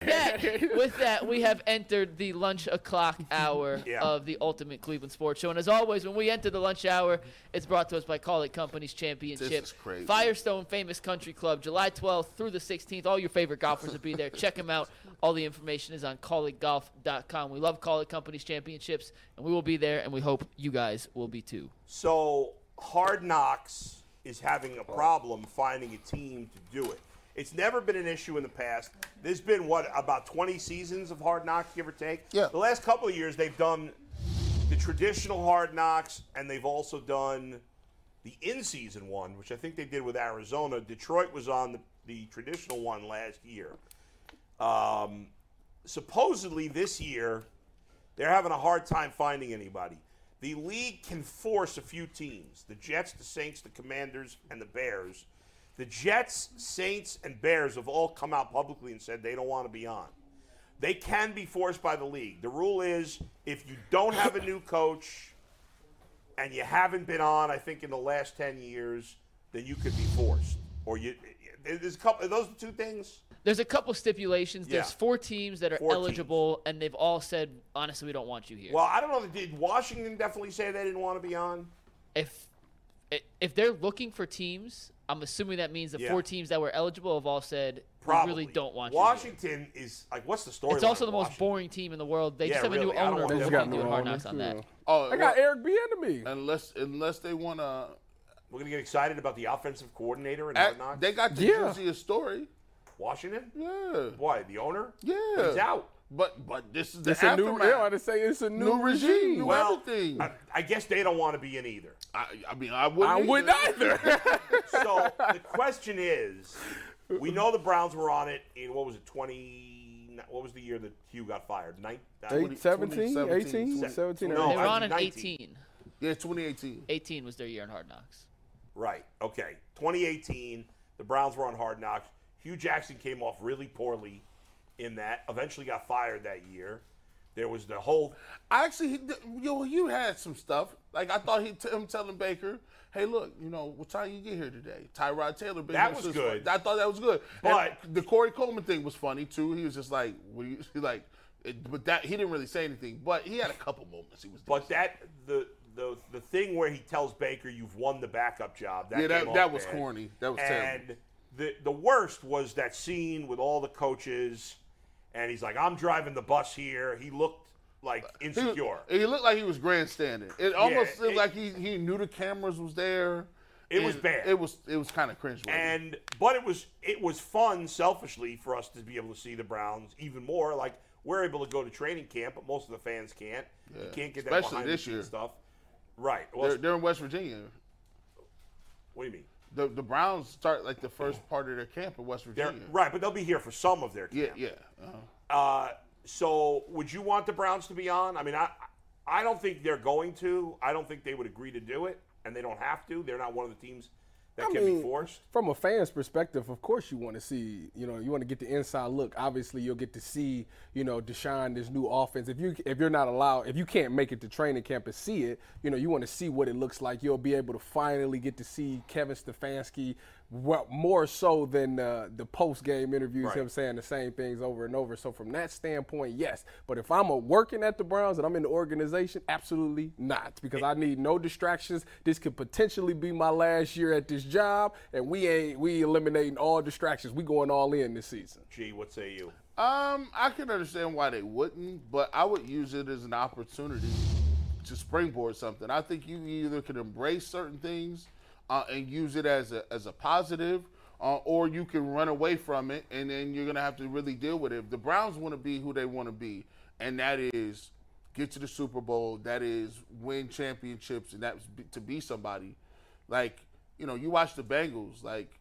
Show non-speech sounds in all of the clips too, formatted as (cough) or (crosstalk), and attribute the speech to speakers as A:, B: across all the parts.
A: That, with that, we have entered the lunch o'clock hour
B: (laughs) Yeah.
A: of the Ultimate Cleveland Sports Show. And as always, when we enter the lunch hour, it's brought to us by Call It Companies Championship.
C: This is crazy.
A: Firestone Famous Country Club, July 12th through the 16th. All your favorite golfers will be there. Check them out. All the information is on callitgolf.com. We love Call It Companies Championships, and we will be there, and we hope you guys will be too.
B: So Hard Knocks is having a problem finding a team to do it. It's never been an issue in the past. There's been what about 20 seasons of Hard Knocks, give or take.
C: Yeah.
B: The last couple of years, they've done the traditional Hard Knocks, and they've also done the in-season one, which I think they did with Arizona. Detroit was on the, the traditional one last year. Um, supposedly this year, they're having a hard time finding anybody. The league can force a few teams the Jets, the Saints, the Commanders, and the Bears. The Jets, Saints, and Bears have all come out publicly and said they don't want to be on. They can be forced by the league. The rule is if you don't have a new coach and you haven't been on, I think, in the last 10 years, then you could be forced. Or you, there's a couple, are those the two things?
A: There's a couple stipulations. There's
B: Yeah.
A: four teams that are
B: Four teams.
A: eligible, and they've all said, honestly, we don't want you here.
B: Well, I don't know. Did Washington definitely say they didn't want to be on?
A: if if they're looking for teams, I'm assuming that means the
B: Yeah.
A: four teams that were eligible have all said
B: Probably.
A: we really don't want you here."
B: Washington is like what's the story?
A: It's also the most boring team in the world. They
B: Yeah,
A: just have a
B: really,
A: new
B: I don't
A: owner.
B: want
A: but
B: them
A: we
B: to
A: can't
B: get
A: do a
B: new
A: hard
D: owner,
A: knocks on that.
D: yeah.
C: Oh,
D: I got Eric B. Enemy.
C: unless unless they want to.
B: We're gonna get excited about the offensive coordinator and whatnot.
C: Eh, They got the
D: Yeah.
C: juiciest story.
B: Washington.
C: Yeah,
B: Why the owner?
C: yeah.
B: But he's out.
C: But but this is the
D: It's a new.
C: aftermath.
D: Yeah, I just say it's a new,
C: New regime, new
D: Well,
B: Well,
C: everything.
B: I, I guess they don't want to be in either.
C: I, I mean, I wouldn't.
D: I wouldn't either.
B: So the question is, we know the Browns were on it in what was it twenty? What was the year that Hugh got fired? Nine,
D: Eight, 17, 18,
C: Se-
D: 17,
B: No,
A: They
B: I
A: were
B: was
A: on an
B: 19.
A: 18.
C: Yeah, 2018.
A: 18 was their year in hard knocks.
B: Right. Okay. 2018, the Browns were on Hard Knocks. Hugh Jackson came off really poorly in that. Eventually got fired that year. There was the whole
C: I actually, he, did- yo, you had some stuff. Like I thought he, t- him telling Baker, "Hey, look, you know, what time you get here today?" Tyrod Taylor. been
B: That
C: here
B: was
C: since-
B: good.
C: I thought that was good.
B: But-
C: And the Corey Coleman thing was funny too. He was just like, "What do you (laughs) he like?" It, but that he didn't really say anything. But he had a couple moments. He was.
B: But that the the the thing where he tells Baker you've won the backup job. That
C: Yeah, that-
B: came off
C: that was
B: bad.
C: corny. That was
B: and
C: terrible.
B: the the worst was that scene with all the coaches, and he's like, "I'm driving the bus here." He looked like
C: He-
B: insecure.
C: He, looked like he was grandstanding. It almost seemed
B: it-
C: like he, he knew the cameras was there.
B: It was
C: and
B: bad.
C: It was it was kind of cringe.
B: and but it was it was fun selfishly for us to be able to see the Browns even more. Like we're able to go to training camp, but most of the fans can't. You can't get that
C: Especially
B: behind the
C: this
B: scenes
C: year.
B: stuff. Right. Well,
C: they're, they're in West Virginia.
B: what do you mean?
C: The the Browns start like the first part of their camp in West
B: They're
C: Virginia.
B: right, but they'll be here for some of their camp.
C: Yeah, yeah. Uh-huh.
B: Uh, so would you want the Browns to be on? I mean, I I don't think they're going to. I don't think they would agree to do it, and they don't have to. They're not one of the teams that
D: I
B: can be
D: mean,
B: forced.
D: From a fan's perspective, of course you want to see, you know, you want to get the inside look. Obviously, you'll get to see, you know, Deshaun this new offense. If you if you're not allowed, if you can't make it to training camp and see it, you know, you want to see what it looks like. You'll be able to finally get to see Kevin Stefanski. Well, more so than uh, the post game interviews,
B: Right.
D: him saying the same things over and over. So from that standpoint, yes. But if I'm a working at the Browns and I'm in the organization, absolutely not, because I need no distractions. This could potentially be my last year at this job, and we ain't we eliminating all distractions. We going all in this season.
B: Gee, what say you?
C: Um, I can understand why they wouldn't, but I would use it as an opportunity to springboard something. I think you either can embrace certain things uh, and use it as a as a positive, uh, or you can run away from it, and then you're gonna have to really deal with it. The Browns want to be who they want to be, and that is get to the Super Bowl. That is win championships, and that's be, to be somebody. Like you know, you watch the Bengals, like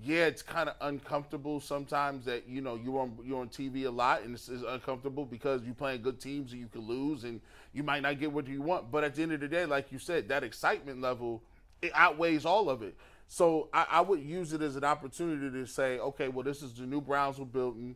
C: yeah, it's kind of uncomfortable sometimes that you know you're on you're on TV a lot and it's, it's uncomfortable because you're playing good teams and you can lose and you might not get what you want. But at the end of the day, like you said, that excitement level it outweighs all of it. So I, I would use it as an opportunity to say, okay, well, this is the new Browns we're building.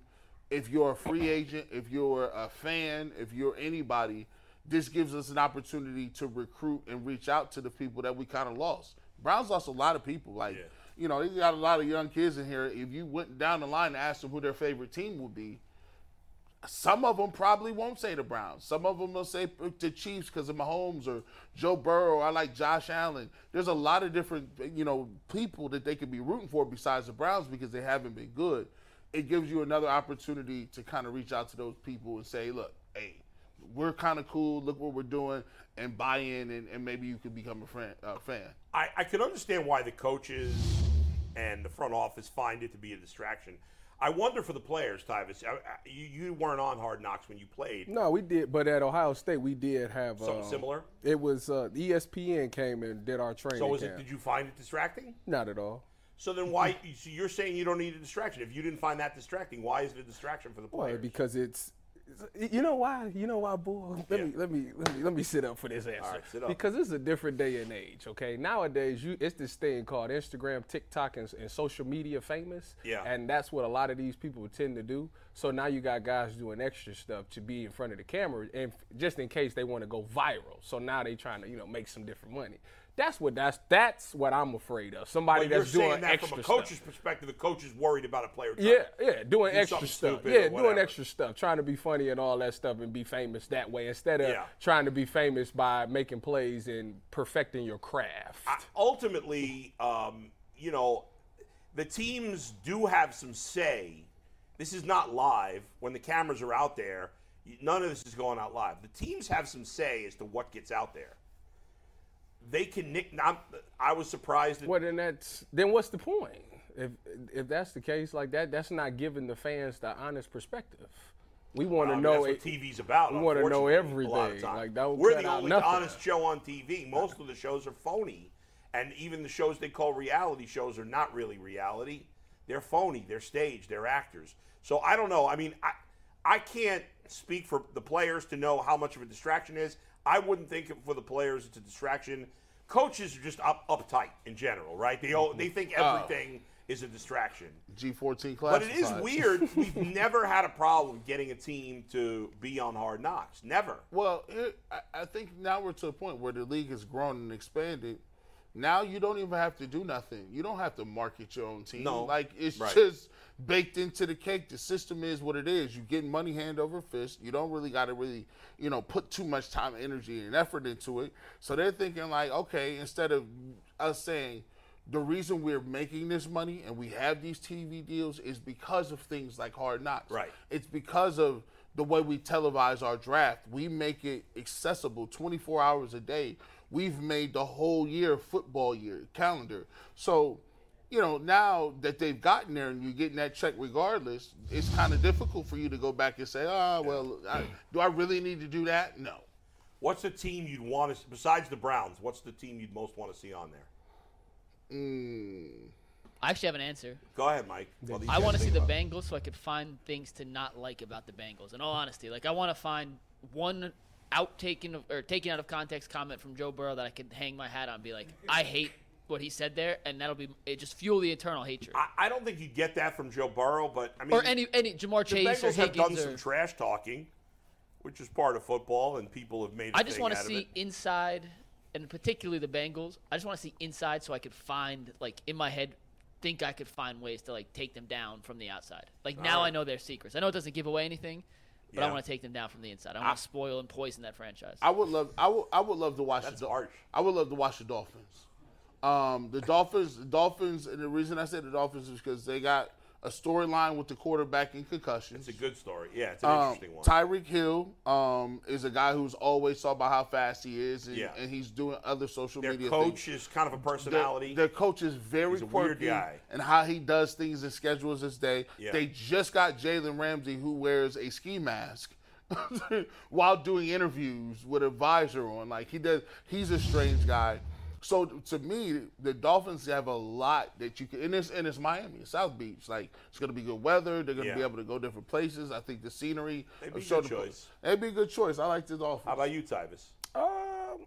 C: If you're a free agent, if you're a fan, if you're anybody, this gives us an opportunity to recruit and reach out to the people that we kind of lost. Browns lost a lot of people. Like, you know, they got a lot of young kids in here. If you went down the line and asked them who their favorite team would be, some of them probably won't say the Browns. Some of them will say the Chiefs because of Mahomes or Joe Burrow. I like Josh Allen. There's a lot of different, you know, people that they could be rooting for besides the Browns because they haven't been good. It gives you another opportunity to kind of reach out to those people and say, look, hey, we're kind of cool. Look what we're doing and buy in, and, and maybe you could become a friend, uh, fan.
B: I, I can understand why the coaches and the front office find it to be a distraction. I wonder for the players, Tyvis. I, I, you, you weren't on Hard Knocks when you played.
D: No, we did, but at Ohio State, we did have
B: Something
D: um,
B: similar?
D: It was uh, ESPN came and did our training.
B: So is it?
D: camp.
B: Did you find it distracting?
D: Not at all.
B: So then
D: (laughs)
B: why? So you're saying you don't need a distraction. If you didn't find that distracting, why is it a distraction for the
D: Why?
B: players?
D: Because it's. it's- You know why? You know why, boy? Let
B: Yeah.
D: me let me let me let me sit up for this answer.
B: right, sit up.
D: Because it's a different day and age, okay? Nowadays, you it's this thing called Instagram, TikTok, and, and social media famous.
B: Yeah.
D: And that's what a lot of these people tend to do. So now you got guys doing extra stuff to be in front of the camera, and f- just in case they want to go viral. So now they trying to you know make some different money. That's what that's that's what I'm afraid of. Somebody
B: But you're
D: that's doing
B: saying that
D: extra
B: from a
D: stuff.
B: coach's perspective. The coach is worried about a player.
D: Yeah, yeah, doing
B: Do
D: extra
B: something
D: stuff.
B: stupid or
D: Yeah, doing
B: whatever.
D: extra stuff, trying to be funny and all that stuff and be famous that way instead of
B: Yeah.
D: trying to be famous by making plays and perfecting your craft.
B: ultimately, um, you know, the teams do have some say. This is not live. When the cameras are out there, y- none of this is going out live. The teams have some say as to what gets out there. They can nick. I'm, I was surprised. That,
D: well, then that's then what's the point? If if that's the case like that, that's not giving the fans the honest perspective. We want
B: I
D: to
B: mean,
D: know
B: that's
D: it.
B: what TV's about.
D: we wanna know
B: unfortunately, a lot of
D: everything.
B: times.
D: Like, that would
B: We're
D: cut
B: the
D: out
B: only
D: nothing.
B: honest show on TV. Most of the shows are phony, and even the shows they call reality shows are not really reality. They're phony. They're staged. They're actors. So I don't know. I mean, I I can't speak for the players to know how much of a distraction it is. I wouldn't think for the players it's a distraction. Coaches are just up uptight in general, right? They all,
D: Mm-hmm.
B: they think
D: Uh,
B: everything is a distraction.
C: G14 class.
B: But it is weird. We've never had a problem getting a team to be on hard knocks. Never.
C: Well, here, I, I think now we're to a point where the league has grown and expanded. Now you don't even have to do nothing. You don't have to market your own team.
B: No.
C: Like it's
B: Right.
C: just baked into the cake. The system is what it is. You get money hand over fist. You don't really got to really, you know, put too much time, energy, and effort into it. So they're thinking like, okay, instead of us saying the reason we're making this money and we have these TV deals is because of things like Hard Knocks.
B: Right.
C: It's because of the way we televise our draft. We make it accessible 24 hours a day. We've made the whole year football year calendar. So, you know, now that they've gotten there and you're getting that check regardless, it's kind of difficult for you to go back and say, oh, well, I, do I really need to do that? No.
B: What's the team you'd want to besides the Browns? What's the team you'd most want to see on there?
A: I actually have an answer.
B: Go ahead, Mike. While these
A: I
B: guys
A: want to see
B: think
A: the
B: about it.
A: Bengals so I could find things to not like about the Bengals. In all honesty, like I want to find one out taken of- or taken out of context comment from Joe Burrow that I could hang my hat on, and be like, I hate what he said there, and that'll be it. Just fuel the eternal hatred.
B: I, I don't think you get that from Joe Burrow, but I mean,
A: or any any Jamar
B: the
A: Chase or
B: Bengals have done
A: Higgins
B: some
A: or.
B: trash talking, which is part of football, and people have made. I
A: I just want to see inside, and particularly the Bengals. I just want to see inside so I could find, like, in my head, think I could find ways to like take them down from the outside. Like now I know their secrets. I know it doesn't give away anything, but I
B: Yeah.
A: want to take them down from the inside. I want to spoil and poison that franchise.
C: I would love. I would. I would love to watch.
B: That's
C: the, Dol-
B: harsh.
C: I would love to watch the Dolphins. Um, the Dolphins. The Dolphins. And the reason I said the Dolphins is because they got a storyline with the quarterback in concussions.
B: It's a good story. Yeah, it's an
C: Um,
B: interesting one.
C: Tyreek Hill um, is a guy who's always talked about how fast he is, and,
B: Yeah.
C: and he's doing other social
B: Their
C: media.
B: coach
C: things.
B: is kind of a personality.
C: Their, their coach is very
B: He's a weird
C: quirky
B: guy.
C: and how he does things and schedules his day.
B: Yeah.
C: They just got Jalen Ramsey, who wears a ski mask (laughs) while doing interviews with a visor on. Like he does, he's a strange guy. So to me, the Dolphins have a lot that you can, and it's, and it's Miami, South Beach. Like it's going to be good weather. They're going to
B: Yeah.
C: be able to go different places. I think the scenery.
B: They'd
C: I'm
B: be a
C: sure
B: good
C: the-
B: choice.
C: They'd be a good choice. I like the Dolphins.
B: How about you, Tyvis?
D: Um,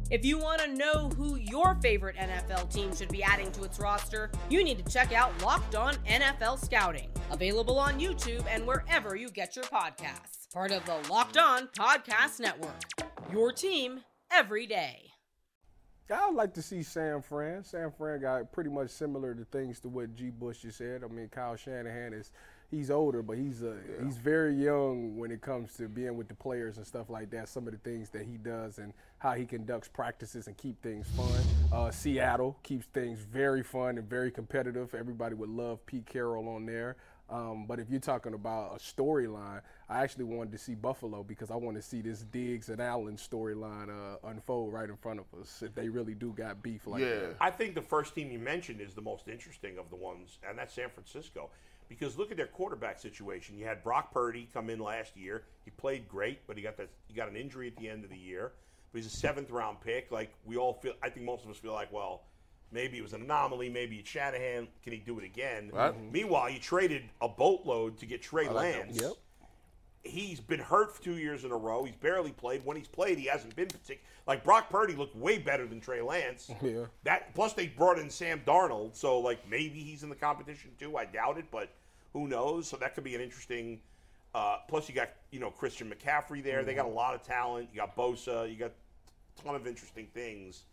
E: If you want to know who your favorite NFL team should be adding to its roster, you need to check out Locked On NFL Scouting, available on YouTube and wherever you get your podcasts. Part of the Locked On Podcast Network. Your team every day.
D: I would like to see Sam Fran. Sam Fran got pretty much similar to things to what G. Bush just said. I mean, Kyle Shanahan is he's older, but he's uh, he's very young when it comes to being with the players and stuff like that. Some of the things that he does and how he conducts practices and keep things fun. Uh, Seattle keeps things very fun and very competitive. Everybody would love Pete Carroll on there. Um, but if you're talking about a storyline, I actually wanted to see Buffalo because I want to see this Diggs and Allen storyline uh, unfold right in front of us if they really do got beef like
C: yeah.
D: that.
B: I think the first team you mentioned is the most interesting of the ones, and that's San Francisco. Because look at their quarterback situation. You had Brock Purdy come in last year. He played great, but he got that he got an injury at the end of the year. But he's a seventh round pick. Like we all feel I think most of us feel like, well, maybe it was an anomaly, maybe it's Shanahan, can he do it again? Mm-hmm.
C: Right.
B: Meanwhile, you traded a boatload to get Trey Lance
D: Yep.
B: he's been hurt for two years in a row. He's barely played. When he's played, he hasn't been particular. Like Brock Purdy looked way better than Trey Lance.
D: (laughs) Yeah.
B: That plus they brought in Sam Darnold, so like maybe he's in the competition too. I doubt it, but who knows? So that could be an interesting. Uh, plus you got you know Christian McCaffrey there. They got a lot of talent. You got Bosa. You got a ton of interesting things.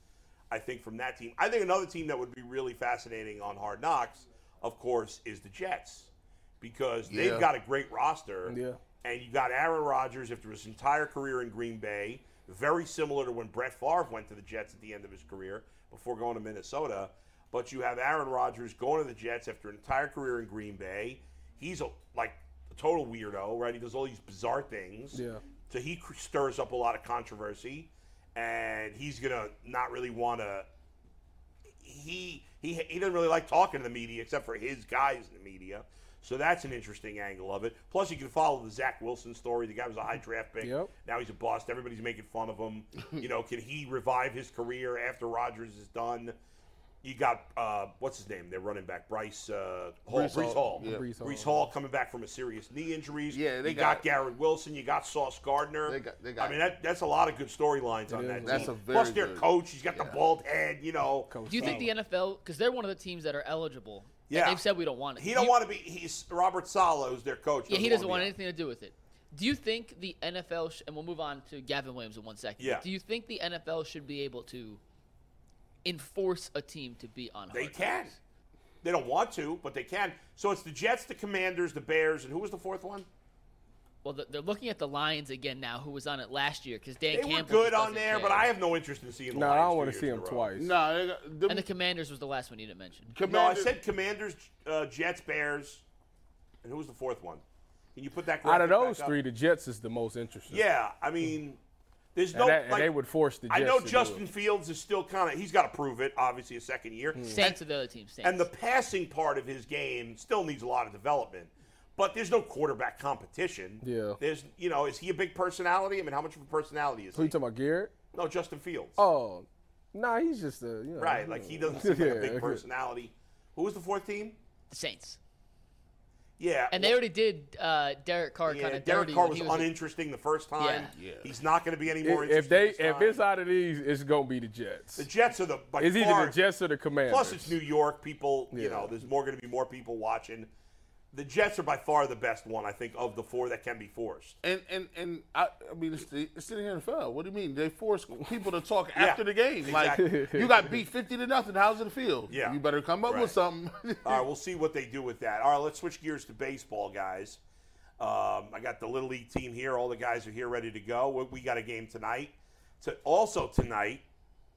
B: I think from that team. I think another team that would be really fascinating on Hard Knocks, of course, is the Jets, because
C: Yeah.
B: they've got a great roster.
D: Yeah.
B: And you got Aaron Rodgers after his entire career in Green Bay, very similar to when Brett Favre went to the Jets at the end of his career before going to Minnesota. But you have Aaron Rodgers going to the Jets after an entire career in Green Bay. He's a like a total weirdo, right? He does all these bizarre things.
D: Yeah.
B: So he cr- stirs up a lot of controversy, and he's gonna not really want to. He he he doesn't really like talking to the media except for his guys in the media. So that's an interesting angle of it. Plus, you can follow the Zach Wilson story. The guy was a high draft pick.
D: Yep.
B: Now he's a bust. Everybody's making fun of
C: (laughs)
B: him. you know, can he revive his career after Rodgers is done? You got uh, what's his name? They're running back Bryce uh, Hall.
C: Brees
B: Brees,
C: Hall.
B: Hall.
C: Yeah.
D: Brees Hall.
B: Brees Hall coming back from a serious knee injuries.
C: Yeah, they
B: you got,
C: got-
B: Garrett Wilson. You got Sauce Gardner.
C: They got- they got-
B: I mean, that, that's a lot of good storylines on
D: is.
B: that.
C: That's
B: team.
C: a very
B: Plus their
C: good-
B: coach. He's got the
C: yeah.
B: bald head. You know,
D: Coach
A: Do you think the NFL, because they're one of the teams that are eligible, and
B: Oh. Yeah.
A: they've said we don't want it.
B: he don't
A: You-
B: want to be. He's Robert Salo's their coach.
A: Yeah, he doesn't want
B: wanna be
A: anything to do with it. Do you think the NFL, sh- and we'll move on to Gavin Williams in one second.
B: Yeah.
A: Do you think the NFL should be able to enforce a team to be on?
B: on. They
A: hard
B: can.
A: knocks?
B: They don't want to, but they can. So it's the Jets, the Commanders, the Bears, and who was the fourth one?
A: Well, th- they're looking at the Lions again now, who was on it last year because Dan
B: They
A: Campbell.
B: were
A: just
B: good on
A: doesn't
B: there,
A: care.
B: but I have no interest in seeing. The
D: No, I
B: Lions
D: don't
B: two
D: want to
B: years
D: see
B: in a
D: him
B: row.
D: twice.
C: Nah, they got, them,
A: And the Commanders was the last one you didn't mention.
B: No, I
C: Commanders-
B: said Commanders, uh, Jets, Bears, and who was the fourth one? Can you put that
D: Out
B: graphic
D: of
B: back
D: those
B: up?
D: three, the Jets is the most interesting.
B: Yeah, I mean, there's
D: And,
B: no.
D: that- and
B: like,
D: they would force the Jets.
B: I know
D: to do it.
B: Justin Fields is still kind of. He's got to prove it. Obviously, a second year.
A: Hmm. Saints are the other team. Saints.
B: And the passing part of his game still needs a lot of development. But there's no quarterback competition.
D: Yeah.
B: There's, you know, is he a big personality? I mean, how much of a personality is
D: Who you
B: he?
D: talking about, Garrett?
B: No, Justin Fields.
D: Oh, nah, he's just a you know,
B: right.
D: you
B: Like
D: know.
B: he
D: (laughs)
B: doesn't seem like a
D: Yeah,
B: big
D: okay.
B: personality. Who was the fourth team?
A: the Saints.
B: Yeah.
A: And they already did uh, Derek Carr
B: yeah,
A: kind of
B: Derek
A: dirty.
B: Carr
A: when
B: was,
A: he
B: uninteresting the first time.
C: Yeah. Yeah.
B: He's not going to be any more
D: If, if
B: interesting.
D: they
B: this
D: if
B: time.
D: it's out of these, it's gonna be the Jets.
B: the Jets are the by
D: it's
B: far-
D: either the Jets or the Commanders.
B: Plus, it's New York. People, you
D: Yeah.
B: know, there's more going to be more people watching. The Jets are by far the best one, I think, of the four that can be forced.
C: And and and I, I mean, it's the, it's the NFL. What do you mean? They force people to talk after the game. Like
B: exactly.
C: you got beat fifty to nothing. How's it feel?
B: Yeah.
C: you better come up
B: Right.
C: with something. (laughs)
B: All right, we'll see what they do with that. All right, let's switch gears to baseball, guys. Um, I got the little league team here. All the guys are here, ready to go. We, we got a game tonight. To also tonight,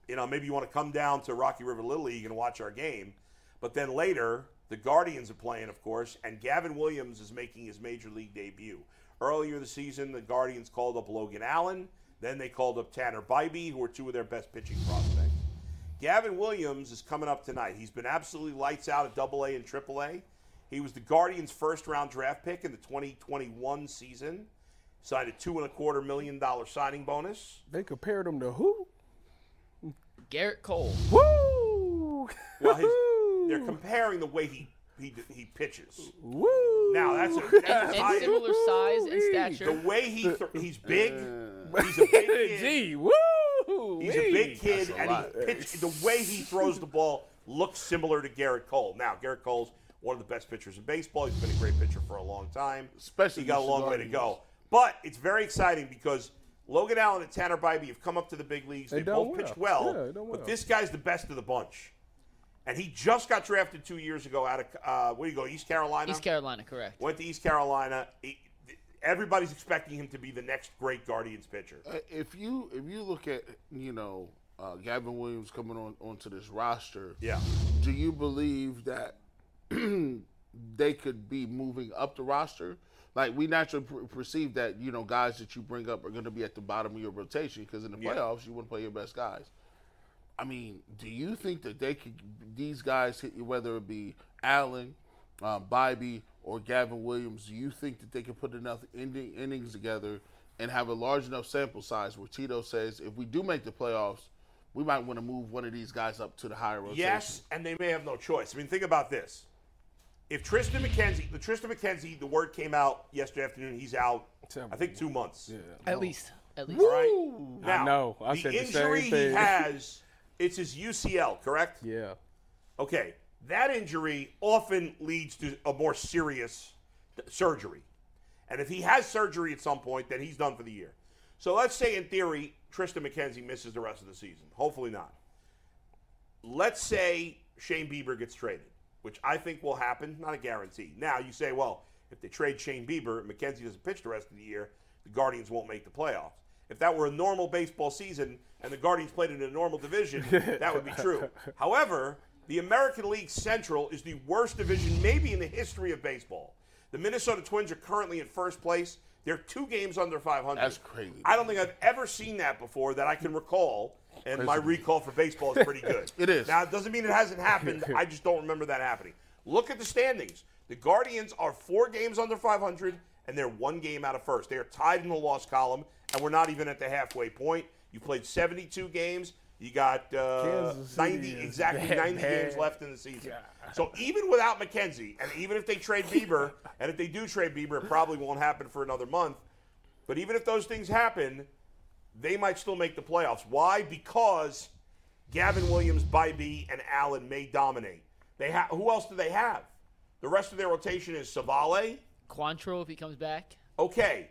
B: you know, maybe you want to come down to Rocky River Little League and watch our game. But then later, the Guardians are playing, of course, and Gavin Williams is making his major league debut. Earlier this season, the Guardians called up Logan Allen. Then they called up Tanner Bybee, who were two of their best pitching prospects. Gavin Williams is coming up tonight. He's been absolutely lights out at Double A and Triple A. He was the Guardians' first round draft pick in the 2021 season. Signed a two and a quarter million dollar signing bonus.
D: They compared him to who?
A: Garrett Cole.
D: Woo!
B: Well, his, they're comparing the way he he, he pitches.
D: Woo!
B: Now
D: (laughs)
B: that's a, that's
A: And
B: high,
A: similar size and
B: the
A: stature.
B: way he th- he's big. He's a big kid.
D: Gee, woo!
B: He's a big kid, and he pitch, the way he throws the ball looks similar to Garrett Cole. Now, Garrett Cole's one of the best pitchers in baseball. He's been a great pitcher for a long time.
C: Especially
B: he got a
C: against
B: long
C: the
B: way to go.
C: Guardians.
B: But it's very exciting because Logan Allen and Tanner Bybee have come up to the big leagues. They,
D: done
B: both
D: well.
B: pitched well,
D: Yeah, they done well.
B: but this guy's the best of the bunch. And he just got drafted two years ago out of uh, where do you go, East Carolina.
A: East Carolina, correct.
B: Went to East Carolina. He- everybody's expecting him to be the next great Guardians pitcher.
C: if you if you look at you know uh, Gavin Williams coming on onto this roster,
B: Yeah.
C: do you believe that (clears throat) they could be moving up the roster? Like we naturally per- perceive that you know guys that you bring up are going to be at the bottom of your rotation because in the
B: Yeah.
C: playoffs you want to play your best guys. I mean, do you think that they could these guys hit you whether it be Allen, um, Bybee, or Gavin Williams? Do you think that they could put enough ending, innings together and have a large enough sample size where Tito says if we do make the playoffs, we might want to move one of these guys up to the higher rotation?
B: Yes, and they may have no choice. I mean, think about this. If Tristan McKenzie, the Tristan McKenzie, the word came out yesterday afternoon, he's out. I think two months.
A: At least. At least.
B: All right. Now,
D: know. I
B: the
D: said the same
B: injury
D: thing.
B: he has, it's his UCL, correct?
D: Yeah.
B: Okay, that injury often leads to a more serious th- surgery. And if he has surgery at some point, then he's done for the year. So let's say, in theory, Tristan McKenzie misses the rest of the season. Hopefully not. Let's say Shane Bieber gets traded, which I think will happen, not a guarantee. Now, you say, well, if they trade Shane Bieber, McKenzie doesn't pitch the rest of the year, the Guardians won't make the playoffs. If that were a normal baseball season and the Guardians played in a normal
C: (laughs)
B: division, that would be true. However, the American League Central is the worst division, maybe in the history of baseball. The Minnesota Twins are currently in first place. They're two games under 500.
C: That's crazy.
B: I don't think I've ever seen that before that I can recall. And my recall for baseball is pretty good.
C: (laughs) It is.
B: Now, it doesn't mean it hasn't
C: (laughs)
B: happened. I just don't remember that happening. Look at the standings. The Guardians are four games under 500, and they're one game out of first. They are tied in the loss column, and we're not even at the halfway point. You played 72 games. You got uh,
D: Kansas City
B: 90
D: is
B: exactly
D: bad,
B: 90 games
D: bad.
B: left in the season. So even without McKenzie, and even if they trade Bieber, and if they do trade Bieber, it probably won't happen for another month. But even if those things happen, they might still make the playoffs. Why? Because Gavin Williams, Bybee, and Allen may dominate. They ha- who else do they have? The rest of their rotation is Savale.
A: Quantro, if he comes back.
B: Okay.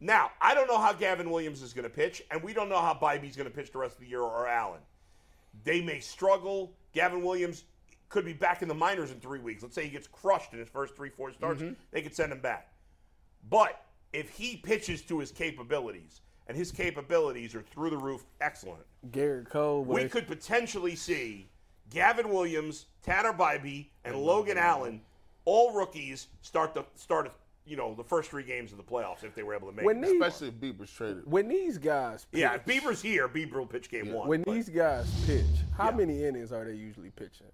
B: Now, I don't know how Gavin Williams is going to pitch, and we don't know how Bybee's going to pitch the rest of the year or Allen. They may struggle. Gavin Williams could be back in the minors in three weeks. Let's say he gets crushed in his first three, four starts. They could send him back. But if he pitches to his capabilities, and his capabilities are through the roof, excellent,
D: Garrett Cole.
B: we
D: was-
B: could potentially see Gavin Williams, Tanner Bybee, and Logan Allen, all rookies, start the start you know the first three games of the playoffs if they were able to make.
D: When
B: it.
D: they-
C: Especially if Bieber's traded.
D: when these guys pitch,
B: yeah, if Bieber's here, Bieber will pitch game one.
D: when
B: but
D: these guys pitch, how
B: Yeah.
D: many innings are they usually pitching?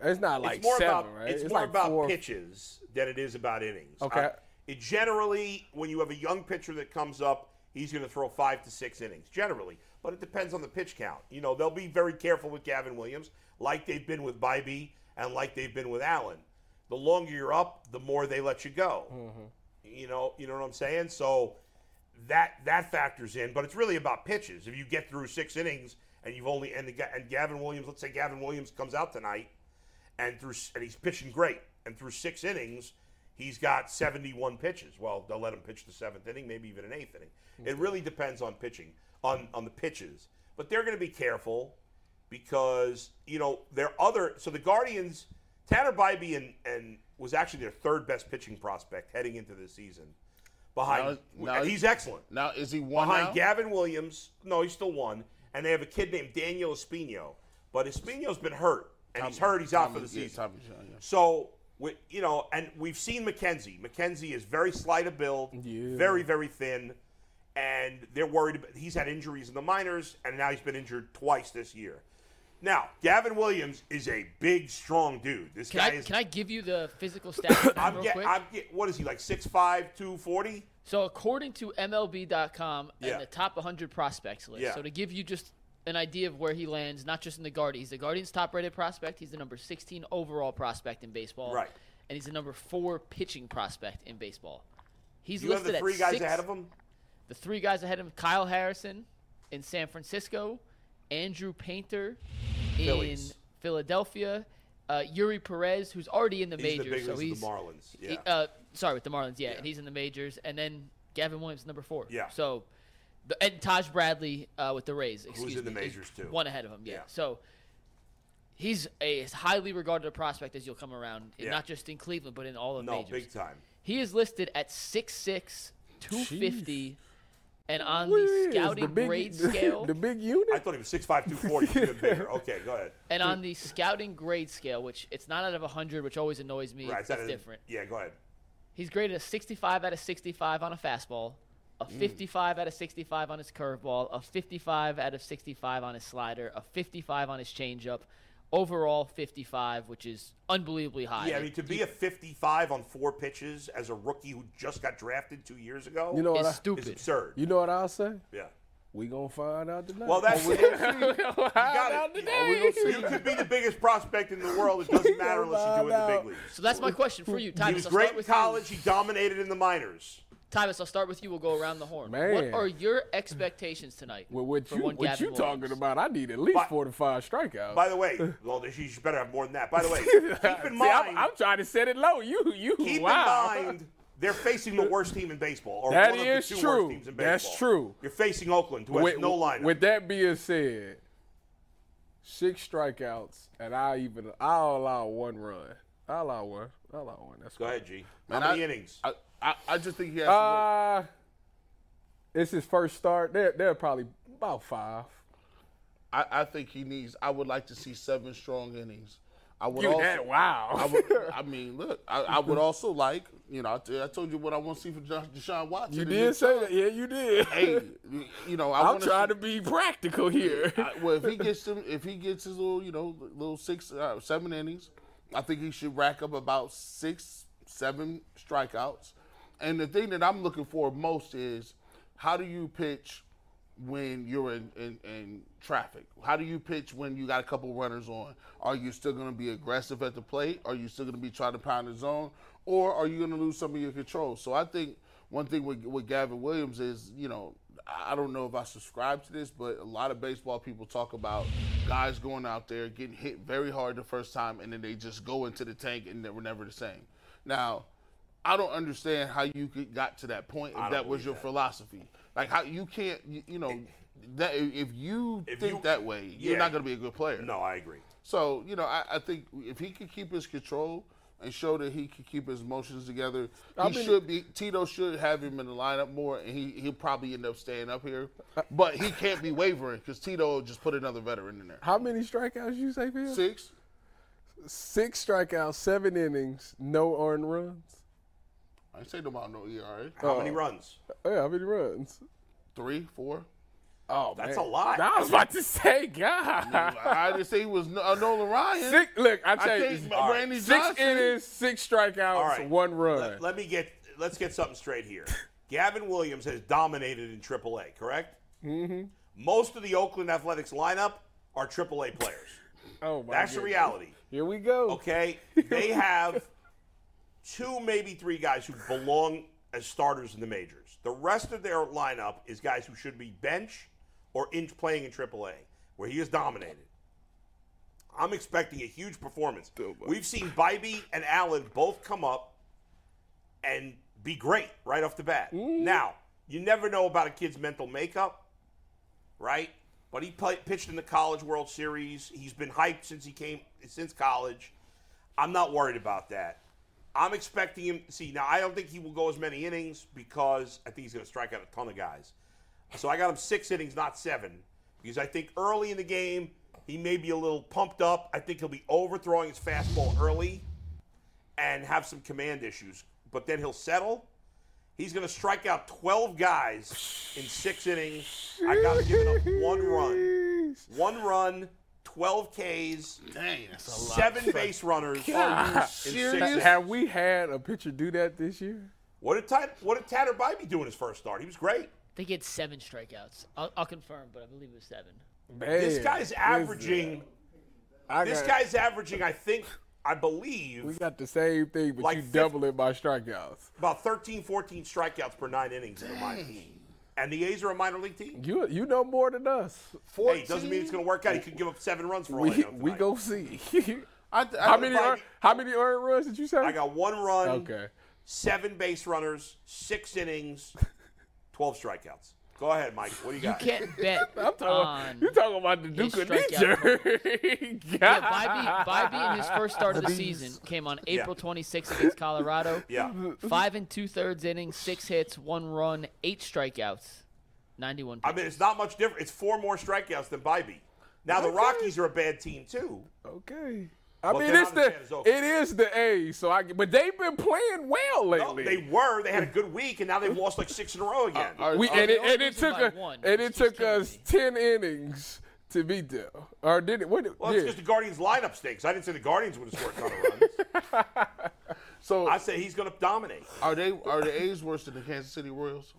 D: It's not like
B: it's more
D: seven,
B: about
D: right?
B: it's, more
D: like
B: about
D: four-
B: pitches than it is about innings.
D: Okay.
B: I- it generally, when you have a young pitcher that comes up, he's going to throw five to six innings generally, but it depends on the pitch count. You know, they'll be very careful with Gavin Williams, like they've been with Bybee and like they've been with Allen. The longer you're up, the more they let you go.
D: Mm-hmm.
B: You know, you know what I'm saying? So that that factors in, but it's really about pitches. If you get through six innings and you've only and, the, guy- and Gavin Williams, let's say Gavin Williams comes out tonight and through and he's pitching great. And through six innings, he's got 71 pitches. Well, they'll let him pitch the seventh inning, maybe even an eighth inning. It really depends on pitching, on on the pitches. But they're going to be careful because you know their other. So the Guardians, Tanner Bybee, and and was actually their third best pitching prospect heading into this season. Behind,
C: Now- now-
B: and he's excellent.
C: Now is he one
B: Behind
C: now?
B: Gavin Williams. No, he's still one. And they have a kid named Daniel Espino. But Espino's been hurt. and he's hurt. He's out for the
C: Yeah,
B: season.
C: Tommy John, yeah.
B: So we, you know, and we've seen McKenzie. McKenzie is very slight of build, very very thin, and they're worried. About, he's had injuries in the minors, and now he's been injured twice this year. Now, Gavin Williams is a big, strong dude. This
A: Can
B: guy
A: I,
B: is.
A: can I give you the physical stats
B: (coughs) I'm
A: real
B: get-
A: quick?
B: I'm get- what is he like? 6'5", 240?
A: So according to MLB.com
B: Yeah.
A: and the top 100 prospects list,
B: Yeah.
A: so to give you just an idea of where he lands, not just in the Guard, he's the Guardians' top-rated prospect. He's the number 16 overall prospect in baseball,
B: Right.
A: And he's the number four pitching prospect in baseball. He's
B: You have
A: listed
B: the
A: at
B: three guys
A: six-
B: ahead of him.
A: The three guys ahead of him: Kyle Harrison in San Francisco, Andrew Painter
B: Phillies.
A: in Philadelphia, uh, Yuri Perez, who's already in the
B: He's the
A: majors,
B: big
A: so
B: ones
A: he's
B: of the Marlins. Yeah.
A: he- uh, sorry, with the Marlins, yeah, and he's in the majors, and then Gavin Williams, number four.
B: Yeah.
A: So, the, and Taj Bradley uh, with the Rays. Excuse
B: in the
A: me, is
B: majors, too.
A: One ahead of him. Yeah.
B: Yeah.
A: So he's a as highly regarded a prospect as you'll come around, and
B: Yeah.
A: not just in Cleveland, but in all of
B: no,
A: majors.
B: big time.
A: He is listed at 6'6", 250, and on
D: Where
A: the
D: is
A: scouting
D: big-
A: grade scale,
D: (laughs) the big
B: I
D: unit.
B: thought he was 6'5", 240. He's even
A: (laughs)
B: bigger. Okay, go ahead.
A: and on the scouting grade scale, which it's not out of hundred, which always annoys me.
B: Right,
A: it's
B: that is-
A: different.
B: Yeah, go ahead.
A: He's graded a 65 out of 65 on a fastball, a
D: Mm.
A: 55 out of 65 on his curveball, a 55 out of 65 on his slider, a 55 on his changeup. Overall, 55, which is unbelievably high.
B: Yeah, I
A: Like,
B: mean to be a 55 on four pitches as a rookie who just got drafted two years ago
D: You know what?
A: it's
D: I,
B: is
A: stupid.
B: absurd.
D: you know what I'll say?
B: yeah.
D: We gonna find out tonight.
B: Well, that's (laughs) you got
D: out
B: it.
D: today.
B: You could be the biggest prospect in the world.
D: (laughs)
B: It doesn't matter unless you do it in the big leagues.
A: So that's my question for you,
B: He
A: Titus.
B: was
A: I'll
B: great
A: start
B: in
A: with
B: college.
A: You.
B: He dominated in the minors.
A: Titus, I'll start with you. We'll go around the horn. What
D: Man.
A: are your expectations tonight?
D: Well, what
A: for
D: you
A: one
D: what
A: Gavin
D: you talking
A: Williams?
D: about? I need at least
B: But-
D: four to five strikeouts. (laughs)
B: By the way, well, she she better have more than that. By the way, keep in
D: See,
B: mind,
D: I'm, I'm trying to set it low. You you
B: keep
D: wow.
B: in mind, they're facing the worst team in baseball, or
D: That
B: one
D: is
B: of the two
D: true.
B: worst teams in baseball.
D: That's true.
B: You're facing Oakland, who has
D: (laughs) with,
B: no lineup.
D: with that being said, six strikeouts, and I even I'll allow one run. I'll allow one. I'll allow one. That's
B: go
D: fine.
B: ahead, G.
C: Man,
B: How many
C: I-
B: innings?
C: I, I, I just think he has. to
D: Uh, it's his first start. They're, they're probably about five.
C: I, I think he needs. I would like to see seven strong innings. I would
D: You
C: also,
D: that wow.
C: I, would, I mean, look, I, I would also like, you know, I, t- I told you what I want to see for Josh, Deshaun Watson.
D: (laughs) you
C: in
D: did
C: this-
D: say that. Yeah, you did.
C: Hey, you know, I
D: I'm
C: wanna
D: trying
C: see-
D: to be practical (laughs) here.
C: I, well, if he gets him, if he gets his little, you know, little six, uh, seven innings, I think he should rack up about six, seven strikeouts. And the thing that I'm looking for most is how do you pitch when you're in, in, in traffic? How do you pitch when you got a couple runners on? Are you still going to be aggressive at the plate? Are you still going to be trying to pound the zone? Or are you going to lose some of your control? So I think one thing with, with Gavin Williams is, you know, I I don't know if I subscribe to this, but a lot of baseball people talk about guys going out there getting hit very hard the first time and then they just go into the tank and they were never the same. Now, I don't understand how you could, got to that point if that was your philosophy. Like how you can't, you, you know, that if you
B: If
C: think
B: you-
C: that way,
B: yeah.
C: you're not going to be a good player.
B: no, I agree.
C: So you know, I, I think if he could keep his control and show that he could keep his motions together, he
D: mean-
C: should be. Tito should have him in the lineup more, and he he'll probably end up staying up here. But he can't be wavering because Tito will just put another veteran in there.
D: How many strikeouts you say, Phil?
C: Six.
D: Six strikeouts, seven innings, no earned runs.
C: I ain't saying about no ERA.
D: Oh.
B: How many runs?
D: Yeah, how many runs?
C: Three,
B: (laughs)
C: four.
D: Oh,
B: That's
D: man.
B: a lot.
D: I was about to say, God.
C: I just say he was no, uh, Nolan Ryan.
D: Six, look, I
C: I
D: tell you,
C: think Randy
D: six
C: Johnson.
D: innings, six strikeouts,
B: All right.
D: one run.
B: Let, let me get let's get something straight here. Gavin Williams has dominated in AAA, correct? Mm-hmm. Most of the Oakland Athletics lineup are AAA players.
D: oh my
B: That's the
D: goodness.
B: reality.
D: Here we go.
B: Okay, they have two, maybe three guys who belong as starters in the majors. The rest of their lineup is guys who should be bench or in playing in AAA, where he is dominated. I'm expecting a huge performance. We've seen Bybee and Allen both come up and be great right off the bat. Now, you never know about a kid's mental makeup, right? But he play, pitched in the College World Series. He's been hyped since he came since college. I'm not worried about that. I'm expecting him. See, now I don't think he will go as many innings because I think he's going to strike out a ton of guys. So I got him six innings, not seven, because I think early in the game He may be a little pumped up. I think he'll be overthrowing his fastball early and have some command issues, but then he'll settle. He's going to strike out 12 guys in six innings. I got giving up one run. One run, 12 Ks,
C: Dang, that's a lot.
B: seven base runners.
C: Are you
B: in
C: serious?
B: six-
D: Have we had a pitcher do that this year?
B: What did, Tad, what did Tanner Bybee do in his first start? He was great.
A: They get seven strikeouts. I'll, I'll confirm, but I believe it was seven.
B: This
D: Man,
B: guy's
D: listen,
B: averaging.
D: I
B: This
D: got-
B: guy's averaging, I think, I
D: We
B: believe,
D: got the same thing, but
B: Like
D: you
B: fif-
D: doubling my strikeouts.
B: about 13, 14 strikeouts per nine innings in the minors. And the A's are a minor league team.
D: You you know more than us.
B: Hey, doesn't mean it's going to work out. He could give up seven runs for all I
D: We,
B: know
D: we
B: tonight.
D: go see. (laughs)
C: I, th- I
D: how
C: think
D: many
C: like-
D: earn, how many earned runs did you say?
B: I got one run,
D: okay.
B: seven base runners, six innings, 12 strikeouts. Go ahead, Mike. What do you
A: You
B: got?
D: (laughs)
A: can't bet
D: I'm talking.
A: on.
D: You talking about the
A: his
D: Duke of
A: strikeout
D: (laughs) Nature?
A: Yeah, Bybee, Bybee in his first start of the season came on April 26th against Colorado.
B: yeah.
A: Five and two thirds innings, six hits, one run, eight strikeouts, 91
B: I mean, it's not much different. It's four more strikeouts than Bybee. Now, the Rockies are a bad team, too.
D: Okay. I
B: Well,
D: mean,
B: then
D: it's
B: I
D: the
B: understand it's over.
D: it is the A's, so I but they've been playing well
B: No,
D: lately.
B: they were. They had a good week, and now they've lost like six in a
D: Uh,
B: row again.
C: Are-
D: we
C: are-
D: and it,
A: only
D: and it
A: losing
D: took
A: by
D: a,
A: one,
D: and
A: which
D: it
A: is
D: took
A: killing
D: us
A: me.
D: ten innings to beat them, or did it? What,
B: Well,
D: yeah.
B: it's because the Guardians lineup stinks. I didn't say the Guardians would have scored a ton of runs.
C: so
B: I said he's going to dominate.
C: are they are the A's worse than the Kansas City Royals?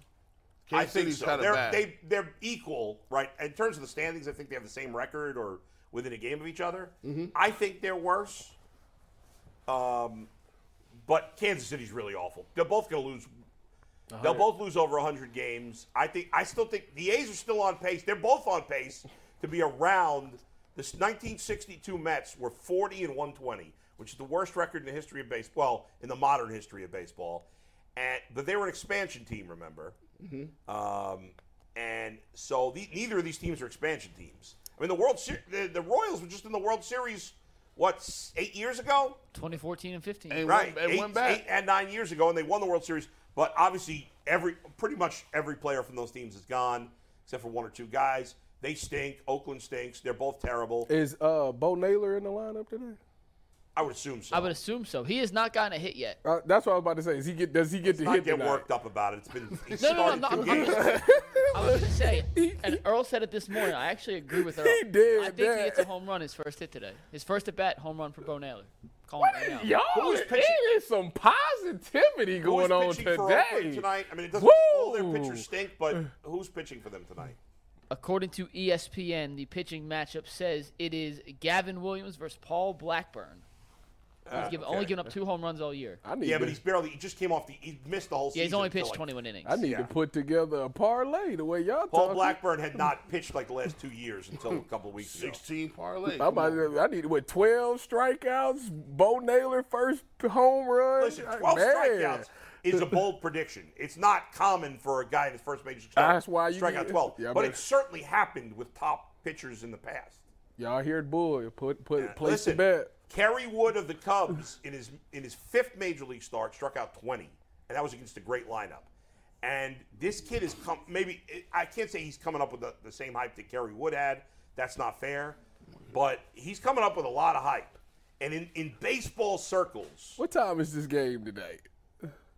B: I
C: Kansas
B: think
C: City's
B: so.
C: kinda
B: They're
C: bad.
B: they they're equal, right? In terms of the standings, I think they have the same record or within a game of each other.
C: Mm-hmm.
B: I think they're worse. Um, but Kansas City's really awful. They're both going to lose. They'll both lose over 100 games. I think. I still think the A's are still on pace. They're both on pace to be around this 1962 Mets were 40 and 120, which is the worst record in the history of baseball, in the modern history of baseball. And but they were an expansion team, remember? Um, and so the, neither of these teams are expansion teams. I mean, the World Ser- the, the Royals were just in the World Series, what s- eight years ago?
A: 2014 and 15.
C: And
B: Right,
C: went, and
B: eight,
C: went back.
B: eight and nine years ago, and they won the World Series. But obviously, every pretty much every player from those teams is gone, except for one or two guys. They stink. Oakland stinks. They're both terrible.
D: is uh, Bo Naylor in the lineup today?
B: I would assume so.
A: I would assume so. He has not gotten a hit yet.
D: Uh, that's what I was about to say. Is he get? Does he get to
B: not
D: hit
B: get
D: tonight?
B: worked up about it. It's been he
A: No, no, no,
B: started
A: no,
B: two
A: I'm- I'm-
B: games.
D: (laughs)
A: I was going to say, and Earl said it this morning. I actually agree with Earl.
D: He did
A: I think
D: that.
A: he hits a home run his first hit today. His first at bat, home run for Bo Naylor. Calling it right now.
D: Y'all,
B: Who's
D: there
B: pitching-
D: is some positivity
B: Who's
D: going on
B: pitching for Oakland
D: today.
B: tonight? I mean, it doesn't. All their
D: Woo!
B: pitchers stink, but who's pitching for them tonight?
A: According to E ESPN, the pitching matchup says it is Gavin Williams versus Paul Blackburn. He's given, only given up two home runs all year.
D: I need.
B: Yeah,
D: to,
B: but he's barely. He just came off the. He missed the whole season.
A: Yeah, he's only
B: until,
A: pitched
B: like,
A: 21 innings.
D: I need
B: yeah.
D: to put together a parlay the way y'all
B: Paul
D: talking.
B: Blackburn had not pitched like the last two years until a couple of weeks ago.
C: Sixteen parlay.
D: I might. I need with twelve strikeouts. Bo Naylor first home run.
B: Listen,
D: Like,
B: twelve
D: man.
B: strikeouts is a bold prediction. It's not common for a guy in his first major strike,
D: That's why you
B: strikeout
D: need-
B: twelve,
D: Yeah,
B: but
D: but-
B: it certainly happened with top pitchers in the past.
D: Y'all hear it, boy? Put put place
B: Listen,
D: the bet.
B: Kerry Wood of the Cubs in his in his fifth major league start struck out 20, and that was against a great lineup. And this kid is come maybe I can't say he's coming up with the, the same hype that Kerry Wood had. That's not fair, but he's coming up with a lot of hype. And in, in baseball circles, (laughs)
D: What time is this game today?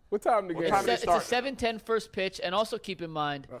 D: What time the
B: What
D: game?
B: time
A: It's,
B: How many
A: se- it's a
B: started?
A: 7-10 first pitch, and also keep in mind,
D: Oh.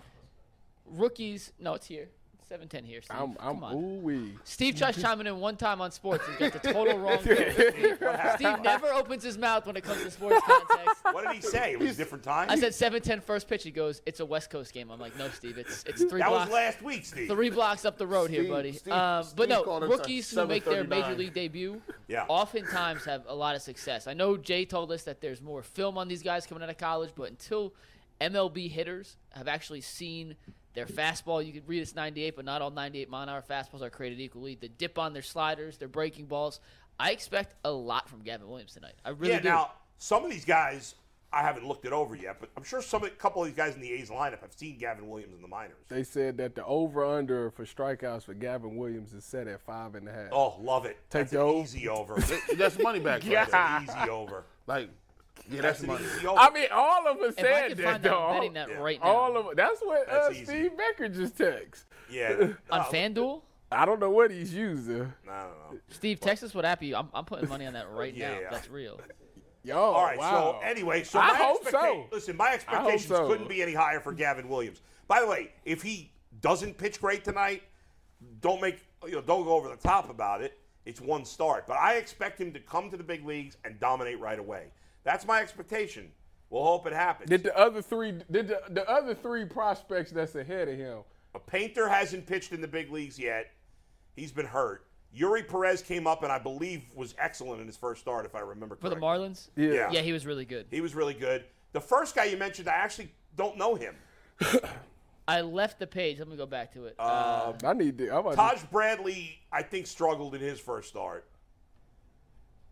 A: rookies. No, it's here. 7-10 here. Steve.
D: I'm I'm
A: Come on.
D: ooh wee.
A: Steve tries chiming in one time on sports. He's got the
D: (laughs)
A: total wrong. Steve, Steve never opens his mouth when it comes to sports context.
B: what did he say? It was a different time.
A: I said 7-10 first pitch. He goes, "It's a West Coast game." I'm like, "No, Steve. It's it's three
B: that was
A: blocks."
B: last week, Steve.
A: three blocks up the road here,
C: Steve-
A: buddy.
C: Steve-
A: um,
C: Steve
A: but no,
C: called us at
A: rookies who make their major
C: 7:39.
A: league debut,
B: Yeah.
A: oftentimes have a lot of success. I know Jay told us that there's more film on these guys coming out of college, but until MLB hitters have actually seen their fastball, you could read it's 98, but not all 98 mile an hour fastballs are created equally. The dip on their sliders, their breaking balls. I expect a lot from Gavin Williams tonight. I really
B: yeah,
A: do.
B: now some of these guys I haven't looked it over yet, but I'm sure some a couple of these guys in the A's lineup have seen Gavin Williams in the minors.
D: They said that the over under for strikeouts for Gavin Williams is set at five and a half.
B: Oh, love it.
D: Take
B: That's an
D: the over.
B: easy
D: (laughs)
B: over.
C: That's money
B: (laughs)
C: back. right
D: Yeah.
C: there.
B: That's an easy over.
C: Like, yeah,
B: That's
C: that's
B: an
C: money.
B: easy over.
D: I mean, all of us
A: if I
D: said
A: could
D: that
A: find that,
D: though.
A: I'm betting that
B: Yeah.
A: right now.
D: All of that's what
B: That's
D: uh,
B: easy.
D: Steve Becker just text.
B: yeah.
A: on
B: Uh,
A: FanDuel?
D: I don't know what he's using.
B: I don't know.
A: Steve, Texas would happy. I'm, I'm putting money on that right
B: (laughs)
A: now.
B: Yeah.
A: If that's real.
D: Yo,
B: All right.
D: wow.
B: So anyway, so
D: I
B: my
D: hope so.
B: expecta- Listen, my expectations
D: so.
B: couldn't be any higher for Gavin Williams. By the way, if he doesn't pitch great tonight, don't make you know don't go over the top about it. It's one start, but I expect him to come to the big leagues and dominate right away. That's my expectation. We'll hope it happens.
D: Did the other three? Did the, the other three prospects that's ahead of him?
B: A painter hasn't pitched in the big leagues yet. He's been hurt. Yuri Perez came up and I believe was excellent in his first start, if I remember
A: For
B: correctly.
A: the Marlins?
B: Yeah.
A: Yeah, he was really good.
B: He was really good. The first guy you mentioned, I actually don't know him.
A: I left the page. Let me go back to it.
B: Uh,
A: Uh,
D: Um, I need to. I'm about to-
B: Taj Bradley, I think, struggled in his first start.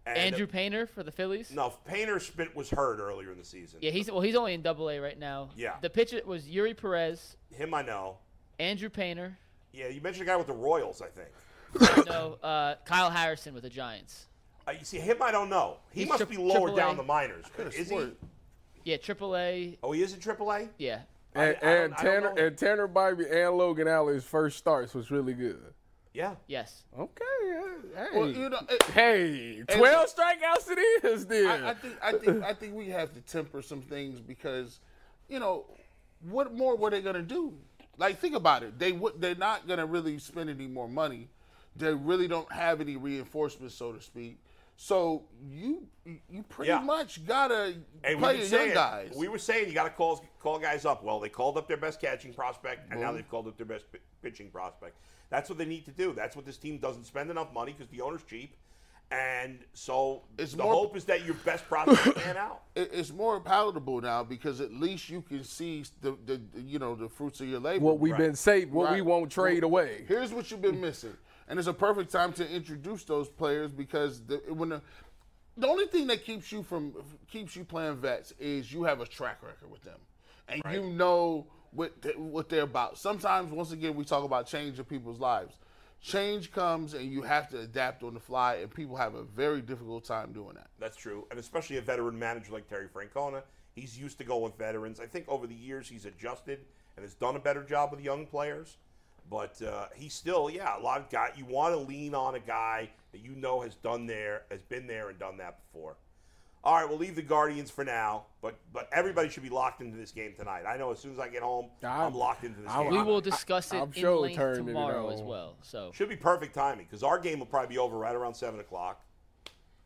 B: And,
A: Andrew Painter for the Phillies?
B: No, Painter Spit was hurt earlier in the season.
A: Yeah, he's well. He's only in Double A right now.
B: Yeah.
A: The pitcher was Yuri Perez,
B: Him, I know.
A: Andrew
D: (coughs)
A: Painter,
B: Yeah, you mentioned a guy with the Royals, I think.
A: no, uh, Kyle Harrison with the Giants.
B: Uh, you see, him, I don't know. He
A: He's
B: must
A: tri-
B: be lower
A: AAA.
B: down the minors. Is he?
C: sworn.
A: Yeah, Triple A.
B: Oh, he is in AAA?
A: Yeah.
D: and,
B: I- I don't-
D: and
B: I don't
D: Tanner
B: know.
D: and Tanner Bybee and Logan Allen's first starts was really good.
B: Yeah.
A: Yes.
D: Okay. yeah, Hey,
C: Well, you know, it-
D: hey, twelve strikeouts it is. Then
C: I, I think I think I think we have to temper some things because, you know, what more were they gonna do? Like think about it. They would they're not gonna really spend any more money. They really don't have any reinforcements, so to speak. So you you pretty
B: Yeah.
C: much gotta
B: Hey, we,
C: play
B: were
C: your young
B: saying,
C: guys.
B: we were saying you got to call call guys up. Well, they called up their best catching prospect, and now they've called up their best p- pitching prospect. That's what they need to do. That's what this team doesn't spend enough money because the owner's cheap, and so
C: It's
B: the
C: more-
B: hope is that your best
C: (coughs)
B: prospects pan out.
C: It- it's more palatable now because at least you can see the, the the, you know the fruits of your labor.
D: what we've
C: Right.
D: been saved, what we
C: Right.
D: won't trade
C: Well,
D: away.
C: Here's what you've been missing, and it's a perfect time to introduce those players because the, when the, the only thing that keeps you from keeps you playing vets is you have a track record with them, and you know what th- what they're about. Sometimes, once again, we talk about change in people's lives. Change comes and you have to adapt on the fly, and people have a very difficult time doing that.
B: That's true, and especially a veteran manager like Terry Francona, he's used to going with veterans. I think over the years he's adjusted and has done a better job with young players. But uh, he's still, yeah, a lot of guy. You want to lean on a guy that you know has done there, has been there and done that before. All right, we'll leave the Guardians for now, but but everybody should be locked into this game tonight. I know as soon as I get home, I'm,
D: I'm-
B: locked into this
D: I'm-
B: game.
A: We will discuss it
D: I'm
A: in
D: sure
A: length
D: turning it
A: tomorrow as
D: on.
A: well. So
B: Should be perfect timing because our game will probably be over right around seven o'clock,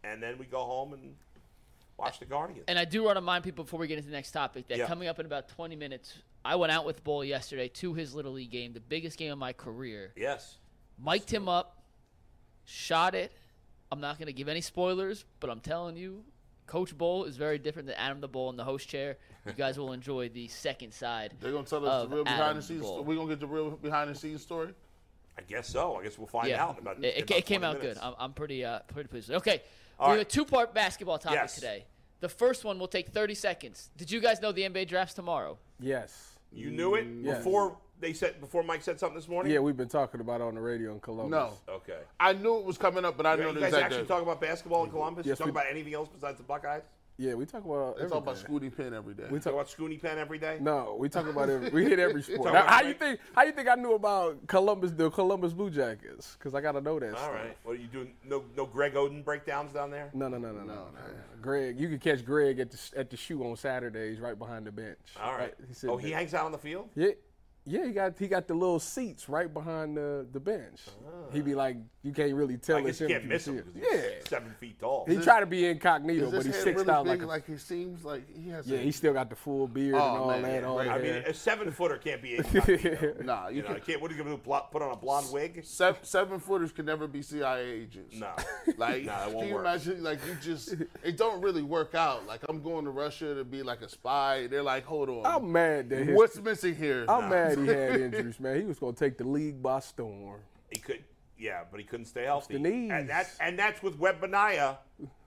B: and then we go home and watch the Guardians.
A: and I do want to remind people before we get into the next topic that
B: Yeah.
A: coming up in about 20 minutes, I went out with Bull yesterday to his little league game, the biggest game of my career.
B: yes.
A: Mic'd him up, shot it. I'm not going to give any spoilers, but I'm telling you, Coach Bull is very different than Adam the Bull in the host chair. You guys will enjoy the second side.
C: They're gonna tell us
A: of
C: the real behind
A: Adam
C: the scenes.
A: Bull.
C: Sto- we gonna get the real behind the scenes story.
B: I guess so. I guess we'll find out. in About,
A: It-
B: in
A: it,
B: about
A: it came
B: 20
A: out
B: minutes.
A: good. I'm, I'm pretty uh, pretty pleased. Okay,
B: All
A: we
B: right.
A: have a two part basketball topic
B: Yes.
A: today. The first one will take 30 seconds. Did you guys know the NBA drafts tomorrow?
D: Yes.
B: you knew it
D: yes.
B: before they said before Mike said something this morning.
D: Yeah, we've been talking about it on the radio in Columbus.
C: No,
B: Okay.
C: I knew it was coming up, but I
B: Oh, You
C: didn't know the
B: guys
C: exact
B: actually
C: day.
B: talk about basketball in Columbus?
D: Yes,
B: talk
D: we-
B: about anything else besides the Buckeyes?
D: Yeah, we talk about.
C: They talk about
D: everything.
C: Scooty Penn every day.
D: We
B: Talk
D: talk.
B: about Scooney Penn every day?
D: No, we talk about every. We
B: (laughs)
D: hit every sport.
B: Talk
D: Now,
B: about
D: how you
B: Frank-
D: think? How you think I knew about Columbus? The Columbus Blue Jackets? Because I gotta know that.
B: All
D: stuff.
B: right. What are you doing? No, no Greg Oden breakdowns down there.
D: No, no, no, no, no, no. Greg, you can catch Greg at the at the shoe on Saturdays, right behind the bench.
B: All right.
D: Right, he's sitting
B: Oh, he
D: there.
B: hangs out on the field.
D: Yeah, yeah, he got he got the little seats right behind the the bench. He'd be like, you can't really tell
B: I guess
D: it's
B: you
D: him.
B: Ah. can't
D: if
B: miss
D: see
B: him
D: it.
B: because he's
D: Yeah,
B: seven feet tall.
D: he tried to be incognito,
C: Is
D: but
C: this
D: he's
C: head
D: six
C: really
D: out like
C: big
D: a
C: like he seems? Like he has.
D: Yeah,
C: a,
D: he still got the full beard
C: Oh,
D: and all
C: man,
D: that.
C: yeah,
D: all
C: right.
B: I
D: that.
B: mean, a seven footer can't
D: (laughs)
B: be incognito.
C: (laughs) nah. You
B: you know,
C: can,
B: can't. What are you gonna do? blo- Put on a blonde
D: (laughs)
B: wig?
C: (laughs) seven, seven footers can never be CIA agents.
B: No.
C: Like,
B: Nah, that won't
C: can you
B: work.
C: imagine? Like, you
D: (laughs)
C: just it don't really work out. Like, I'm going to Russia to be like a spy. They're like, hold on.
D: I'm (laughs) mad that his,
C: What's missing here?
D: I'm (laughs)
C: Nah.
D: mad
B: (laughs)
D: he had injuries, man. He was gonna take the league by storm.
B: He could, yeah, but he couldn't stay healthy.
D: the knees.
B: And that, and that's with Web Benaya.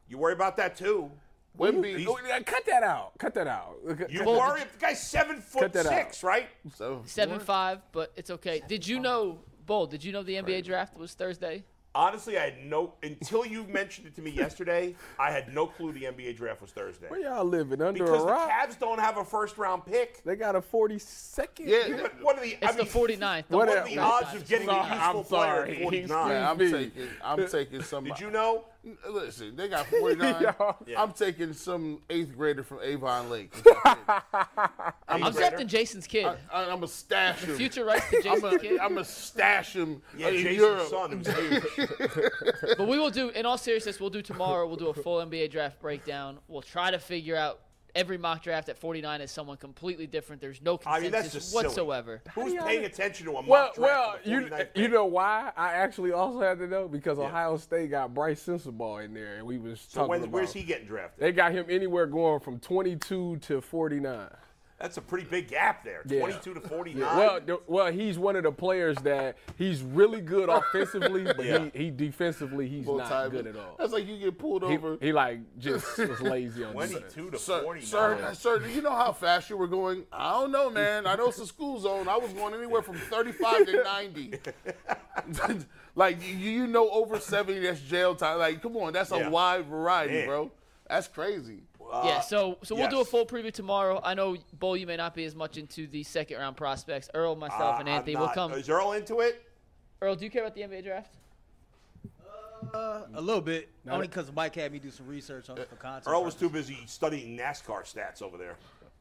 B: You worry about that too.
C: (laughs) Wemby.
B: He's-
D: Oh, Cut that out. Cut that out.
B: You worry. The guy's seven foot
D: Cut that
B: six, right?
C: seven,
A: Seven
C: four?
A: five, but it's okay. Did you know, Bull? Did you know the NBA draft was Thursday?
B: Uh, Honestly, I had no until you mentioned it to me yesterday. I had no clue the NBA draft was Thursday
D: Where y'all living under
B: because
D: a
B: the
D: rock?
B: Cavs don't have a first round pick.
D: they got a forty second.
C: Yeah,
B: What are the?
A: It's
B: I
A: the
B: mean,
A: 49th. The
B: What
D: What
A: one
B: are the
A: guy
B: odds
A: decided.
B: of getting a
D: Sorry,
B: useful
D: I'm
B: player at
D: sorry.
B: 49?
C: Man, I'm
D: Me.
C: taking I'm taking some.
B: Did
C: (laughs)
B: you know?
C: Listen, they
D: (laughs)
C: got 49.
B: Yeah.
C: I'm taking some eighth grader from Avon
D: (laughs)
C: Lake.
B: I'm
A: I'm drafting Jason's kid.
B: Uh,
C: I, I, am a stash him.
A: Future rights
B: (laughs)
A: to
C: I'm
A: Jason's
C: a,
A: kid.
C: I'm a stash him uh,
B: Yeah,
C: in
B: Jason's
C: Europe.
B: son who's huge.
A: But we will do, in all seriousness, we'll do tomorrow. We'll do a full NBA draft breakdown. We'll try to figure out every mock draft at 49 is someone completely different. There's no
B: I
A: consensus
B: mean, that's just silly.
A: whatsoever.
B: Who's paying attention to a mock
D: Well,
B: draft
D: well,
B: for the
D: you
B: 49th
D: you
B: pick?
D: know why? I actually also had to know because Ohio State got Bryce Sensabaugh in there, and we was
B: So
D: talking
B: when,
D: about.
B: where's he getting drafted?
D: They got him anywhere going from 22 to 49.
B: That's a pretty big gap there.
D: Yeah.
B: 22 to 49.
D: Yeah, well, the, well, he's one of the players that he's really good
B: (laughs)
D: offensively, but
B: Yeah.
D: he, he defensively he's
C: Full
D: not
C: time.
D: good at all.
C: That's like you get pulled
D: He,
C: over.
D: he like
B: (laughs)
D: just was lazy on defense.
B: 22 to
C: Sir,
B: 49.
C: sir, sir, do you know how fast you were going? I don't know, man. I know it's a school zone. I was going anywhere from 35 to 90. (laughs) like, you, you know, over 70, that's jail time. Like, come on, that's a
B: Yeah.
C: wide variety,
B: Man.
C: bro. That's crazy.
A: yeah, so so we'll do a
B: Uh, yes.
A: full preview tomorrow. I know, Bo, you may not be as much into the second round prospects. Earl, myself,
B: Uh,
A: and
B: I'm
A: Anthony will
B: not-
A: come.
B: Is Earl into it?
A: Earl, do you care about the NBA draft?
F: A little bit, only because Mike had me do some research on it for content.
B: Earl was too busy studying NASCAR stats over there.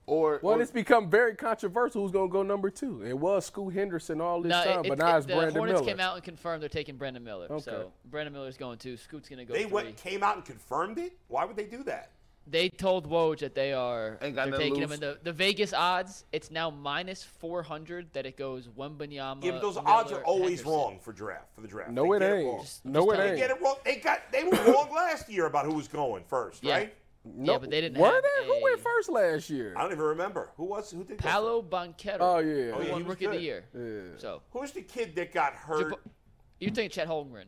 C: Or,
D: Well,
C: or-
D: it's become very controversial who's going to go number two. It was Scoot Henderson all this
A: No,
D: time,
A: it-
D: but
A: it-
D: now it's
A: the
D: Brandon
A: Hornets
D: Miller.
A: came out and confirmed they're taking Brandon Miller. So Brandon Miller's going to. Scoot's going to go.
B: They
A: three.
B: went, came out and confirmed it? Why would they do that?
A: They told Woj that they are
C: Ain't got
A: they're
C: nothing to
A: taking him.
C: lose.
A: And the, the Vegas odds, it's now minus 400 that it goes Wembenyama.
B: Yeah, but those odds are
A: Miller,
B: always
A: Henderson.
B: wrong for draft for the draft.
D: no,
B: They
D: it
B: get wrong.
D: ain't. no, it
A: telling
B: They
D: ain't.
B: get it wrong. They got they were wrong last year about who was going first,
A: Yeah.
B: right?
D: No,
A: yeah, but they didn't
D: were
A: have
D: they?
A: a-
D: Who went first last year?
B: I don't even remember who was who did go
A: Paolo Banquero.
B: Oh,
D: Oh, yeah.
A: who
B: yeah,
A: won
B: he was
A: Rookie of the
B: good.
A: Year. So
B: first. Who's the kid that got hurt?
A: you think Chet Holmgren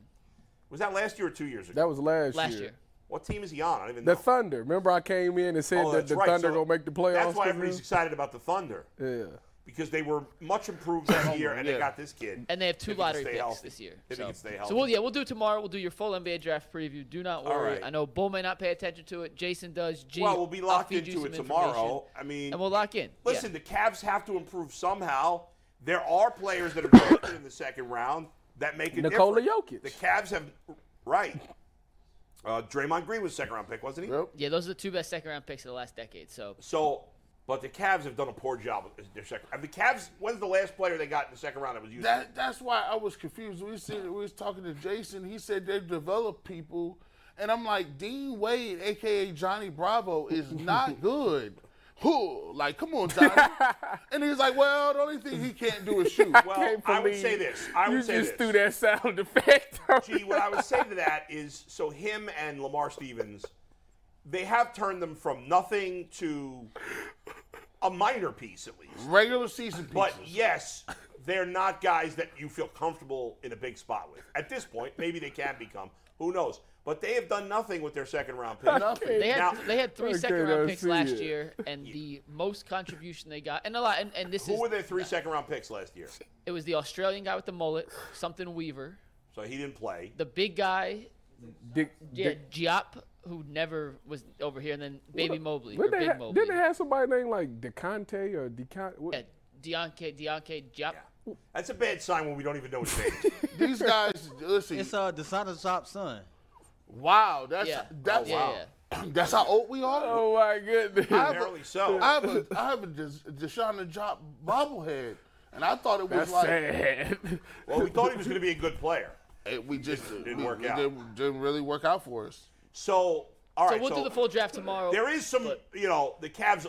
B: Was that last year or two years ago?
D: That was last,
A: last
D: year.
A: year?
B: what team is he on? I don't even know.
D: The Thunder. Remember, I came in and said
B: Oh,
D: that
B: that's
D: the
B: right.
D: Thunder
B: So
D: gonna make the playoffs.
B: That's why
D: this
B: everybody's
D: year?
B: excited about the Thunder because they were much improved
D: (coughs) Oh,
B: that year, and
C: yeah.
B: they got this kid.
A: And they have two
B: If he can
A: lottery
B: stay
A: picks
B: healthy.
A: this year.
B: If he
A: so.
B: can stay
A: so
B: healthy.
A: we'll yeah, we'll do it tomorrow. We'll do your full NBA draft preview. Do not worry.
B: right.
A: I know Bull may not pay attention to it. Jason does. G,
B: well, we'll be
A: I'll
B: locked
A: feed you
B: into it
A: some
B: tomorrow.
A: information,
B: I mean,
A: And we'll lock in. Yeah.
B: listen, the Cavs have to improve somehow. There are players that are (coughs) drafted in the second round that make a
D: Nikola
B: difference.
D: Jokic.
B: The Cavs have right. Uh, Draymond Green was a second round pick, wasn't he?
C: Yep.
A: Yeah, those are the two best second round picks of the last decade. So
B: So, but the Cavs have done a poor job with their second. I mean, the Cavs. When's the last player they got in the second round that was used?
C: That that's why I was confused. We said we was talking to Jason. He said they've developed people, and I'm like Dean Wade, aka Johnny Bravo, is not good. Who? Like, come on, Johnny. and he's like, well, the only thing he can't do is shoot.
B: Well, I would say this. I would
D: you
B: say this.
D: just threw that sound (laughs) effect. on
B: Gee, what I would say to that is, so him and Lamar Stevens, they have turned them from nothing to a minor piece at least.
C: Regular season pieces.
B: But yes, they're not guys that you feel comfortable in a big spot with. At this point, maybe they can become. Who knows? But they have done nothing with their second round pick.
C: Nothing.
A: they had
B: Now-
A: they had three
D: Okay,
A: second
D: now I
A: round picks
D: see
A: last
D: it.
A: year, and the most contribution they got, and a lot, and, and this
B: Who
A: is
B: were their three second round picks last year?
A: it was the Australian guy with the mullet, something Weaver,
B: So he didn't play.
A: the big guy,
D: Dick,
A: yeah,
D: Dick-
A: Giop, who never was over here, and then Baby Mobley, or
D: Didn't they,
A: Big
D: ha-
A: Mobley,
D: didn't they have somebody named like DeConte or DeConte? What?
A: yeah, Deontay, Deontay Giop.
B: That's a bad sign when we don't even know his name.
C: These guys, listen.
F: It's uh, Desana Shop's son.
C: wow, that's
A: Yeah.
C: that's
A: Yeah, yeah,
C: (clears throat) that's how old we are.
D: Oh my goodness!
C: I have
B: Apparently
C: a,
B: so.
C: I have a, I have a Des- Deshaun and Job bobblehead, and I thought it was
D: That's
C: like.
D: sad. (laughs)
B: well, we thought he was going to be a good player.
C: It, we just
B: didn't
C: we-
B: work
C: we
B: out.
C: Didn't, didn't really work out for us.
B: So,
A: So
B: all right.
A: we'll do the full draft
D: Oh,
A: tomorrow.
B: There is some, you know, the Cavs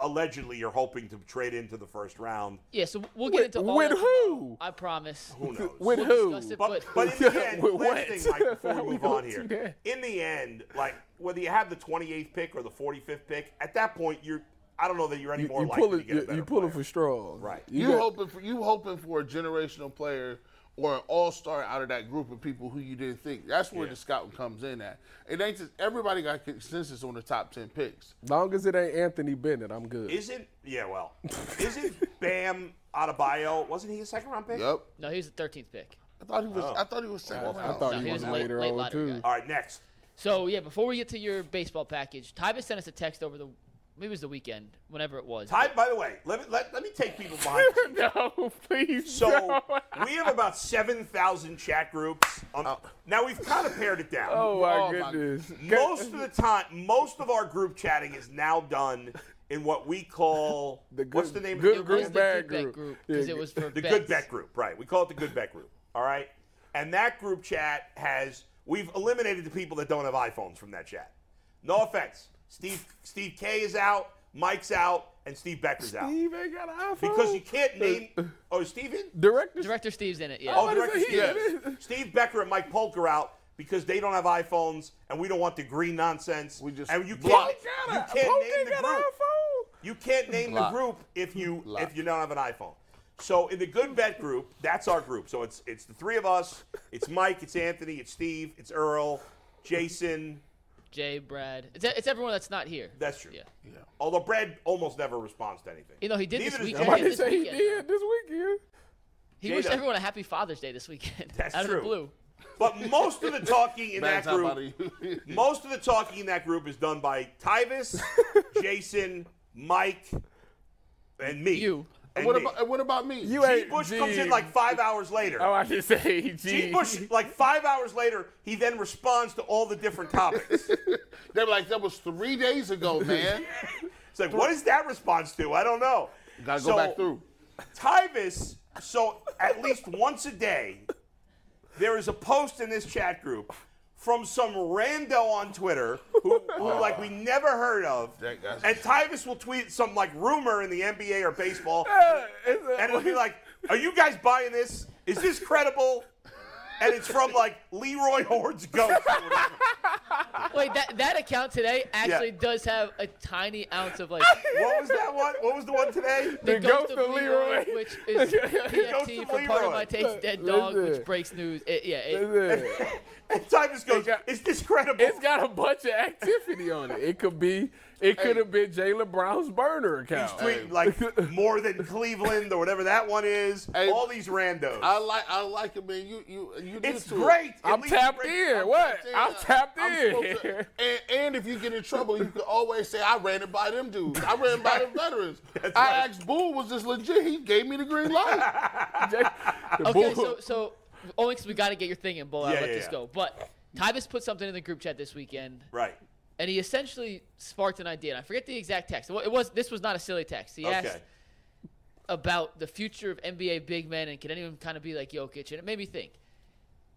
B: allegedly are hoping to trade into the first round.
A: yeah, so we'll get
D: with
A: into all
D: with
A: that
D: who?
A: I promise.
B: Who knows?
D: With
A: We'll
D: who?
A: discuss it,
B: But,
A: but-
B: but in
D: (laughs)
B: the end,
D: With
B: last
D: what?
B: thing, Mike, before
D: (laughs) How
B: we
D: we
B: move
D: gonna
B: on
D: do
B: here,
D: that?
B: in the end, like whether you have the 28th pick or the 45th pick, at that point, you're I don't know that you're any
D: You,
B: more
D: you
B: likely
D: pull
B: to
D: it.
B: get a
D: You,
B: better
D: you pull it
B: player.
D: for straws.
B: Right.
C: You,
D: got-
C: hoping for you hoping for a generational player or an all star out of that group of people who you didn't think. That's where the scouting comes in at. It ain't just everybody got consensus on the top ten picks.
D: long as it ain't Anthony Bennett, I'm good. (laughs)
B: Isn't yeah? Well, isn't Bam Adebayo? Wasn't he a second round pick?
C: Yep.
A: no, he was the 13th pick.
C: I thought he was.
B: Oh.
C: I thought he was second.
D: I
C: round.
D: thought
A: No,
D: he,
A: he
D: was
A: was a late-
D: later
A: late
D: on
A: lottery
D: too.
A: guy.
B: All right, next.
A: So yeah, before we get to your baseball package, Tybus sent us a text over the maybe it was the weekend, whenever it was.
B: Ty, by the way, let me let, let me take people
D: (laughs)
B: behind. the scenes.
D: no, Oh, please. (laughs)
B: So we have about seven thousand chat groups. Um, Now we've kind of pared it down.
D: Oh my
C: Oh, my-
D: goodness.
B: (laughs) most of the time, most of our group chatting is now done in what we call
D: (laughs) The good-
B: what's the name of
D: good
A: it
B: the group?
A: was
D: group,
A: the
D: bad
A: good bet
D: group.
A: group
D: Yeah,
A: because
D: good-
A: it was for
B: The
A: bets.
B: good bet group, right? We call it the good bet group. All right, and that group chat has we've eliminated the people that don't have iPhones from that chat. No offense, Steve. Steve K is out, Mike's out, and Steve Becker's out
D: Steve ain't got an iPhone.
B: because you can't name. Oh, Steven.
D: directors.
A: Director Steve's in it. Yeah.
B: Oh,
D: I was
B: director
D: like,
B: Steve.
D: yeah.
B: Yes. Steve Becker and Mike Polk are out because they don't have iPhones and we don't want the green nonsense.
C: We just
B: and you
C: block.
B: can't,
D: Got
B: you
D: a-
B: can't
D: Polk
B: name
D: ain't
B: the
D: got an
B: group.
D: iPhone.
B: You can't name the
C: Block.
B: group if you
C: Block.
B: if you don't have an iPhone. So in the good bet group, that's our group. So it's it's the three of us. It's Mike, it's Anthony, it's Steve, it's Earl, Jason.
A: Jay, Brad, it's, it's everyone that's not here.
B: That's true.
A: Yeah.
B: Although Brad almost never responds to anything.
A: You know, he did this
B: Neither does
A: weekend.
B: Jay.
A: He,
D: Somebody
A: did this
D: say he
A: weekend.
D: did this weekend.
A: He wished
B: Jada.
A: everyone a happy Father's Day this weekend.
B: That's
A: out
B: true.
A: of the
B: (laughs)
A: blue.
B: But most of the talking in that
C: Bad
B: group.
C: time out of (laughs) you.
B: Most of the talking in that group is done by Tyvis, Jason, Mike, and me.
A: You.
B: And
C: What
B: me.
C: about? and What about me?
D: You
B: G
D: ain't.
B: Bush comes in
D: Gee.
B: like five hours later.
D: Oh, I was just saying,
B: G Bush, like five hours later, he then responds to all the different topics.
C: They're like that was three days ago, man.
B: It's like, what is that response to? I don't know.
C: Gotta go
B: So,
C: back through.
B: Tyvis, so at least once a day, there is a post in this chat group from some rando on Twitter who, who like we never heard of.
C: That guy's-
B: And Tyvis will tweet some like rumor in the NBA or baseball, and it'll
D: (laughs)
B: be like, "Are you guys buying this? Is this credible?" And it's from like Leroy Horde's ghost. or whatever.
A: Wait, that that account today actually does have a tiny ounce of
B: (laughs)
A: like
B: what was that one? What was the one today?
A: the,
D: ghost of Leroy.
A: (laughs) which is
B: ghost
A: PFT
B: of
A: for part of
B: Leroy.
A: my takes dead dog,
D: Listen.
A: which breaks news. It- yeah, it-
D: Listen,
B: And Tyvis goes,
D: It got-
B: "Is this credible?"
D: it's got a bunch of activity on it. It could be. It could have been Jalen Brown's burner account.
B: tweeting like more than Cleveland or whatever that one is.
C: Hey,
B: all these randos.
C: I like. I like it, man. You. You. You. need
B: it's
C: to.
B: great. At
D: I'm
B: least it
D: tapped
B: breaks-
D: in. What? I'm tapped
C: supposed
D: in.
C: to- and, and if you get in trouble, you can always say, I ran it by them dudes. I ran it by
D: (laughs)
C: them veterans. I asked Bull, was this legit? He gave me the green light.
B: (laughs)
A: Okay, so so only 'cause we got to get your thing in, bull.
B: Yeah,
A: I let
B: yeah,
A: this
B: yeah.
A: go. But Tybus put something in the group chat this weekend,
B: Right.
A: and he essentially sparked an idea. And I forget the exact text. It wa- it was this was not a silly text. He
B: Okay.
A: asked about the future of NBA big men, and can anyone kind of be like Jokic? And it made me think.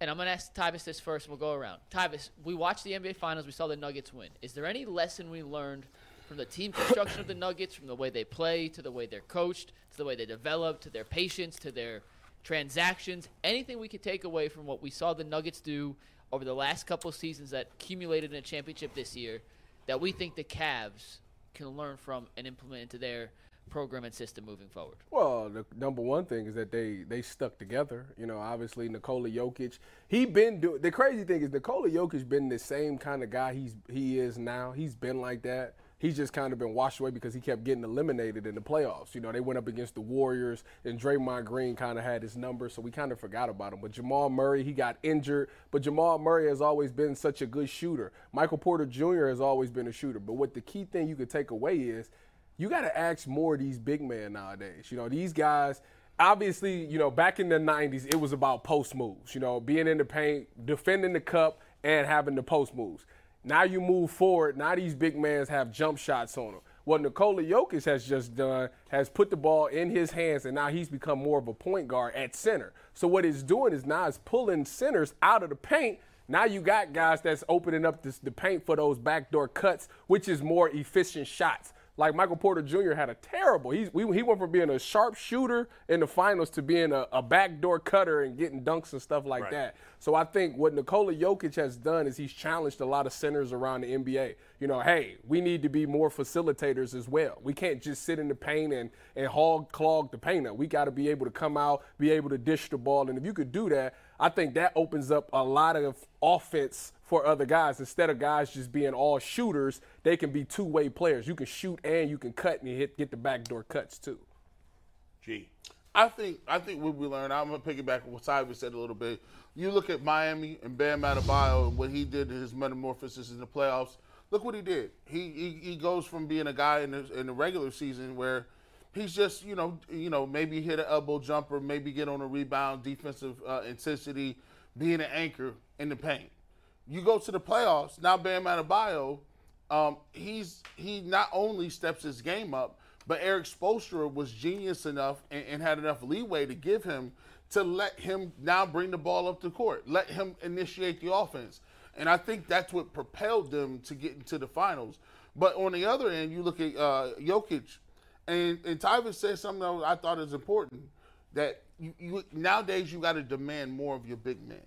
A: And I'm gonna ask Tyvis this first, and we'll go around. Tyvis, we watched the NBA Finals. We saw the Nuggets win. Is there any lesson we learned from the team construction of the Nuggets, from the way they play to the way they're coached, to the way they develop, to their patience, to their transactions? Anything we could take away from what we saw the Nuggets do over the last couple of seasons that accumulated in a championship this year, that we think the Cavs can learn from and implement into their program and system moving forward?
D: Well, the number one thing is that they they stuck together. You know, obviously Nikola Jokic, he been doing. The crazy thing is Nikola Jokic been the same kind of guy he's he is now. He's been like that. He's just kind of been washed away because he kept getting eliminated in the playoffs. You know, they went up against the Warriors, and Draymond Green kind of had his number, so we kind of forgot about him. But Jamal Murray, he got injured, but Jamal Murray has always been such a good shooter. Michael Porter Jr. has always been a shooter. But what the key thing you could take away is you got to ask more of these big men nowadays. You know, these guys, obviously, you know, back in the 90s, it was about post moves, you know, being in the paint, defending the cup, and having the post moves. Now you move forward, now these big men have jump shots on them. What Nikola Jokic has just done has put the ball in his hands, and now he's become more of a point guard at center. So what it's doing is now it's pulling centers out of the paint now you got guys that's opening up this, the paint for those backdoor cuts, which is more efficient shots. Like Michael Porter Jr. had a terrible. He's, we, he went from being a sharp shooter in the finals to being a, a backdoor cutter and getting dunks and stuff like that. So I think what Nikola Jokic has done is he's challenged a lot of centers around the NBA. You know, hey, we need to be more facilitators as well. We can't just sit in the paint and and hog clog the paint up. We got to be able to come out, be able to dish the ball, and if you could do that, I think that opens up a lot of offense for other guys. Instead of guys just being all shooters, they can be two-way players. You can shoot and you can cut and you hit, get the backdoor cuts too.
B: Gee.
C: I think I think what we learned. I'm gonna piggyback on what Tyree said a little bit. You look at Miami and Bam Adebayo and what he did in his metamorphosis in the playoffs. Look what he did. He he, he goes from being a guy in the, in the regular season where he's just you know you know maybe hit an elbow jumper, maybe get on a rebound, defensive uh, intensity, being an anchor in the paint. You go to the playoffs now. Bam Adebayo, um, he's he not only steps his game up, but Eric Spoelstra was genius enough and, and had enough leeway to give him to let him now bring the ball up the court, let him initiate the offense, and I think that's what propelled them to get into the finals. But on the other end, you look at uh, Jokic, and and Tyvin said something that I thought is important that you, you nowadays you got to demand more of your big men.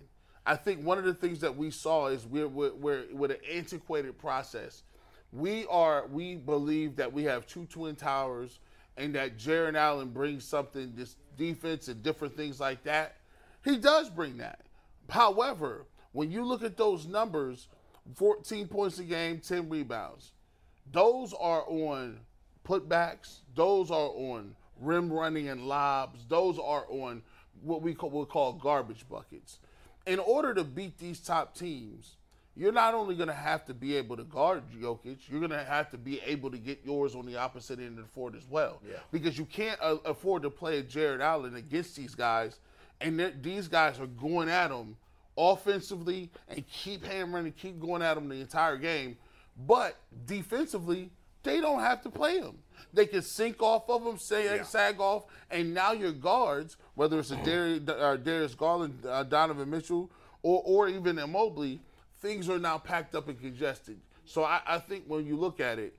C: I think one of the things that we saw is we're, we're, we're with an antiquated process. We are we believe that we have two twin towers and that Jaron Allen brings something this defense and different things like that. He does bring that. However, when you look at those numbers, 14 points a game, 10 rebounds, those are on putbacks. Those are on rim running and lobs. Those are on what we call, would call garbage buckets. In order to beat these top teams, you're not only going to have to be able to guard Jokic, you're going to have to be able to get yours on the opposite end of the court as well. Yeah. Because you can't uh, afford to play Jared Allen against these guys, and they're- these guys are going at him offensively and keep hammering and keep going at them the entire game. But defensively, they don't have to play him. They can sink off of him, say sag off, and now your guards, whether it's a Darius, uh, Darius Garland, uh, Donovan Mitchell, or or even Immobile, things are now packed up and congested. So I, I think when you look at it,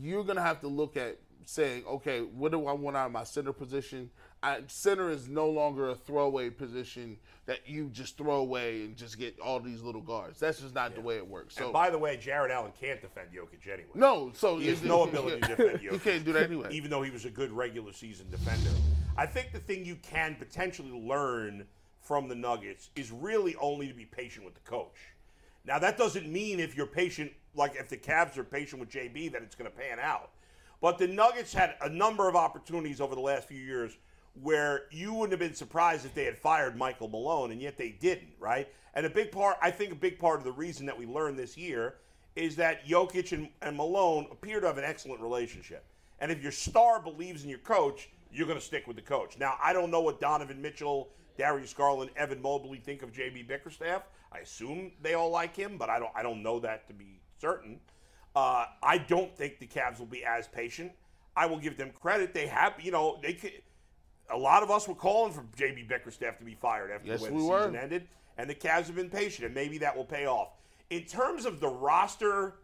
C: you're gonna have to look at saying, okay, what do I want out of my center position? I, center is no longer a throwaway position that you just throw away and just get all these little guards. That's just not the way it works. So
B: And by the way, Jared Allen can't defend Jokic anyway.
C: no, so
B: He has
C: Oh, you-
B: no
C: you-
B: ability
C: (laughs)
B: to
C: you-
B: defend Jokic.
C: You can't do that anyway.
B: Even though he was a good regular season defender. I think the thing you can potentially learn from the Nuggets is really only to be patient with the coach. Now, that doesn't mean if you're patient, like if the Cavs are patient with JB, that it's going to pan out. But the Nuggets had a number of opportunities over the last few years where you wouldn't have been surprised if they had fired Michael Malone, and yet they didn't, right? And a big part, I think a big part of the reason that we learned this year is that Jokic and, and Malone appear to have an excellent relationship. And if your star believes in your coach, you're going to stick with the coach. Now, I don't know what Donovan Mitchell, Darius Garland, Evan Mobley think of JB Bickerstaff. I assume they all like him, but I don't. I don't know that to be certain. Uh, I don't think the Cavs will be as patient. I will give them credit. They have, you know, they could. A lot of us were calling for JB Bickerstaff to be fired after
C: Yes,
B: the way
C: we
B: the
C: were.
B: season ended, and the Cavs have been patient, and maybe that will pay off. In terms of the roster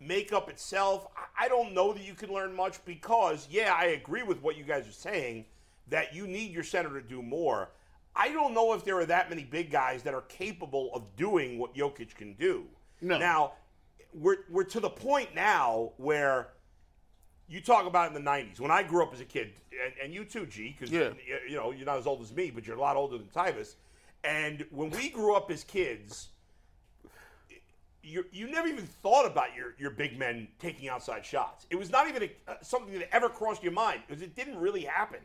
B: makeup itself, I- I don't know that you can learn much because, yeah, I agree with what you guys are saying that you need your center to do more. I don't know if there are that many big guys that are capable of doing what Jokic can do.
C: No.
B: Now, we're, we're to the point now where you talk about in the 90s when i grew up as a kid and, and you too g because
C: Yeah.
B: you know you're not as old as me but you're a lot older than tyvus and when we grew up as kids you, you never even thought about your, your big men taking outside shots. It was not even a, uh, something that ever crossed your mind because it didn't really happen.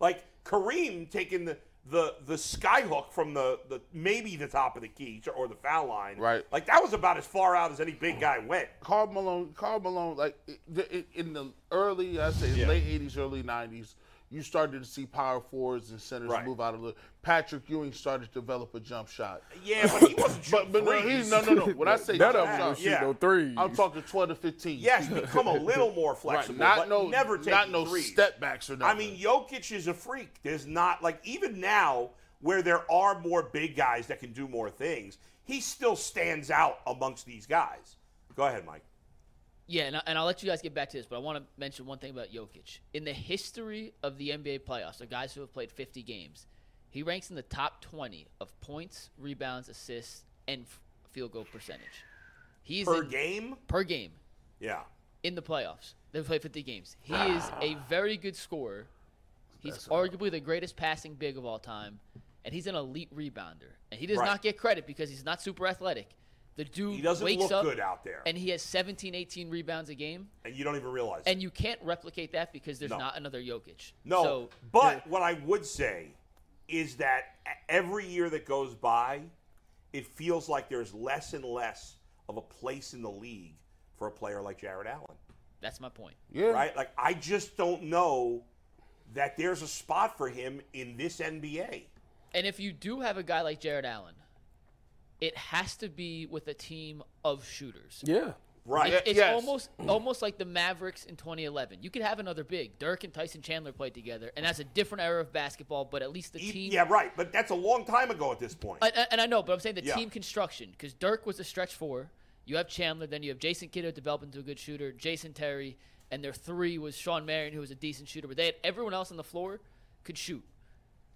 B: Like Kareem taking the the the skyhook from the, the maybe the top of the key or the foul line.
C: Right.
B: Like that was about as far out as any big guy went.
C: Carl Malone, Carl Malone, like it, it, in the early, I say late '80s, early '90s, you started to see power forwards and centers
B: Right.
C: move out of the. Patrick Ewing started to develop a jump shot.
B: Yeah, but he wasn't shooting
C: But, but no, he,
B: threes.
C: no, no,
B: (laughs)
C: no. When I say
D: None of
C: jump
D: them
C: shot,
D: will shoot
B: yeah.
D: no threes.
C: I'm talking 12 to 15.
B: Yes, become a little more
C: right.
B: flexible,
C: Not
B: but
C: no,
B: never take
C: not no
B: threes.
C: step backs or
B: I
C: nothing.
B: mean, Jokic is a freak. There's not like even now where there are more big guys that can do more things. He still stands out amongst these guys. Go ahead, Mike.
A: Yeah, and, I, and I'll let you guys get back to this, but I want to mention one thing about Jokic. In the history of the NBA playoffs, the guys who have played 50 games, he ranks in the top 20 of points, rebounds, assists, and f- field goal percentage. He's
B: Per
A: in-
B: game,
A: per game
B: yeah,
A: in the playoffs. They've played 50 games. He
B: Ah.
A: is a very good scorer. He's arguably the greatest passing big of all time, and he's an elite rebounder. And he does
B: Right.
A: not get credit because he's not super athletic. The dude
B: He doesn't
A: wakes
B: look
A: up
B: good out there, and,
A: and he has 17, 18 rebounds a game,
B: you don't even realize. it.
A: and you can't replicate that because there's
B: No.
A: not another Jokic.
B: No,
A: So,
B: but what I would say is that every year that goes by, it feels like there's less and less of a place in the league for a player like Jared Allen.
A: that's my point.
C: Yeah.
B: Right? Like I just don't know that there's a spot for him in this NBA.
A: And if you do have a guy like Jared Allen, it has to be with a team of shooters.
D: Yeah.
B: Right.
A: It- it's
C: yes.
A: almost almost like the Mavericks in 2011. You could have another big. Dirk and Tyson Chandler played together, and that's a different era of basketball. But at least the
B: E-
A: team,
B: yeah, right. But that's a long time ago at this point.
A: and, and I know, but I'm saying the
B: Yeah.
A: team construction because Dirk was a stretch four. You have Chandler, then you have Jason Kidd who developed into a good shooter, Jason Terry, and their three was Sean Marion, who was a decent shooter. But they had everyone else on the floor could shoot.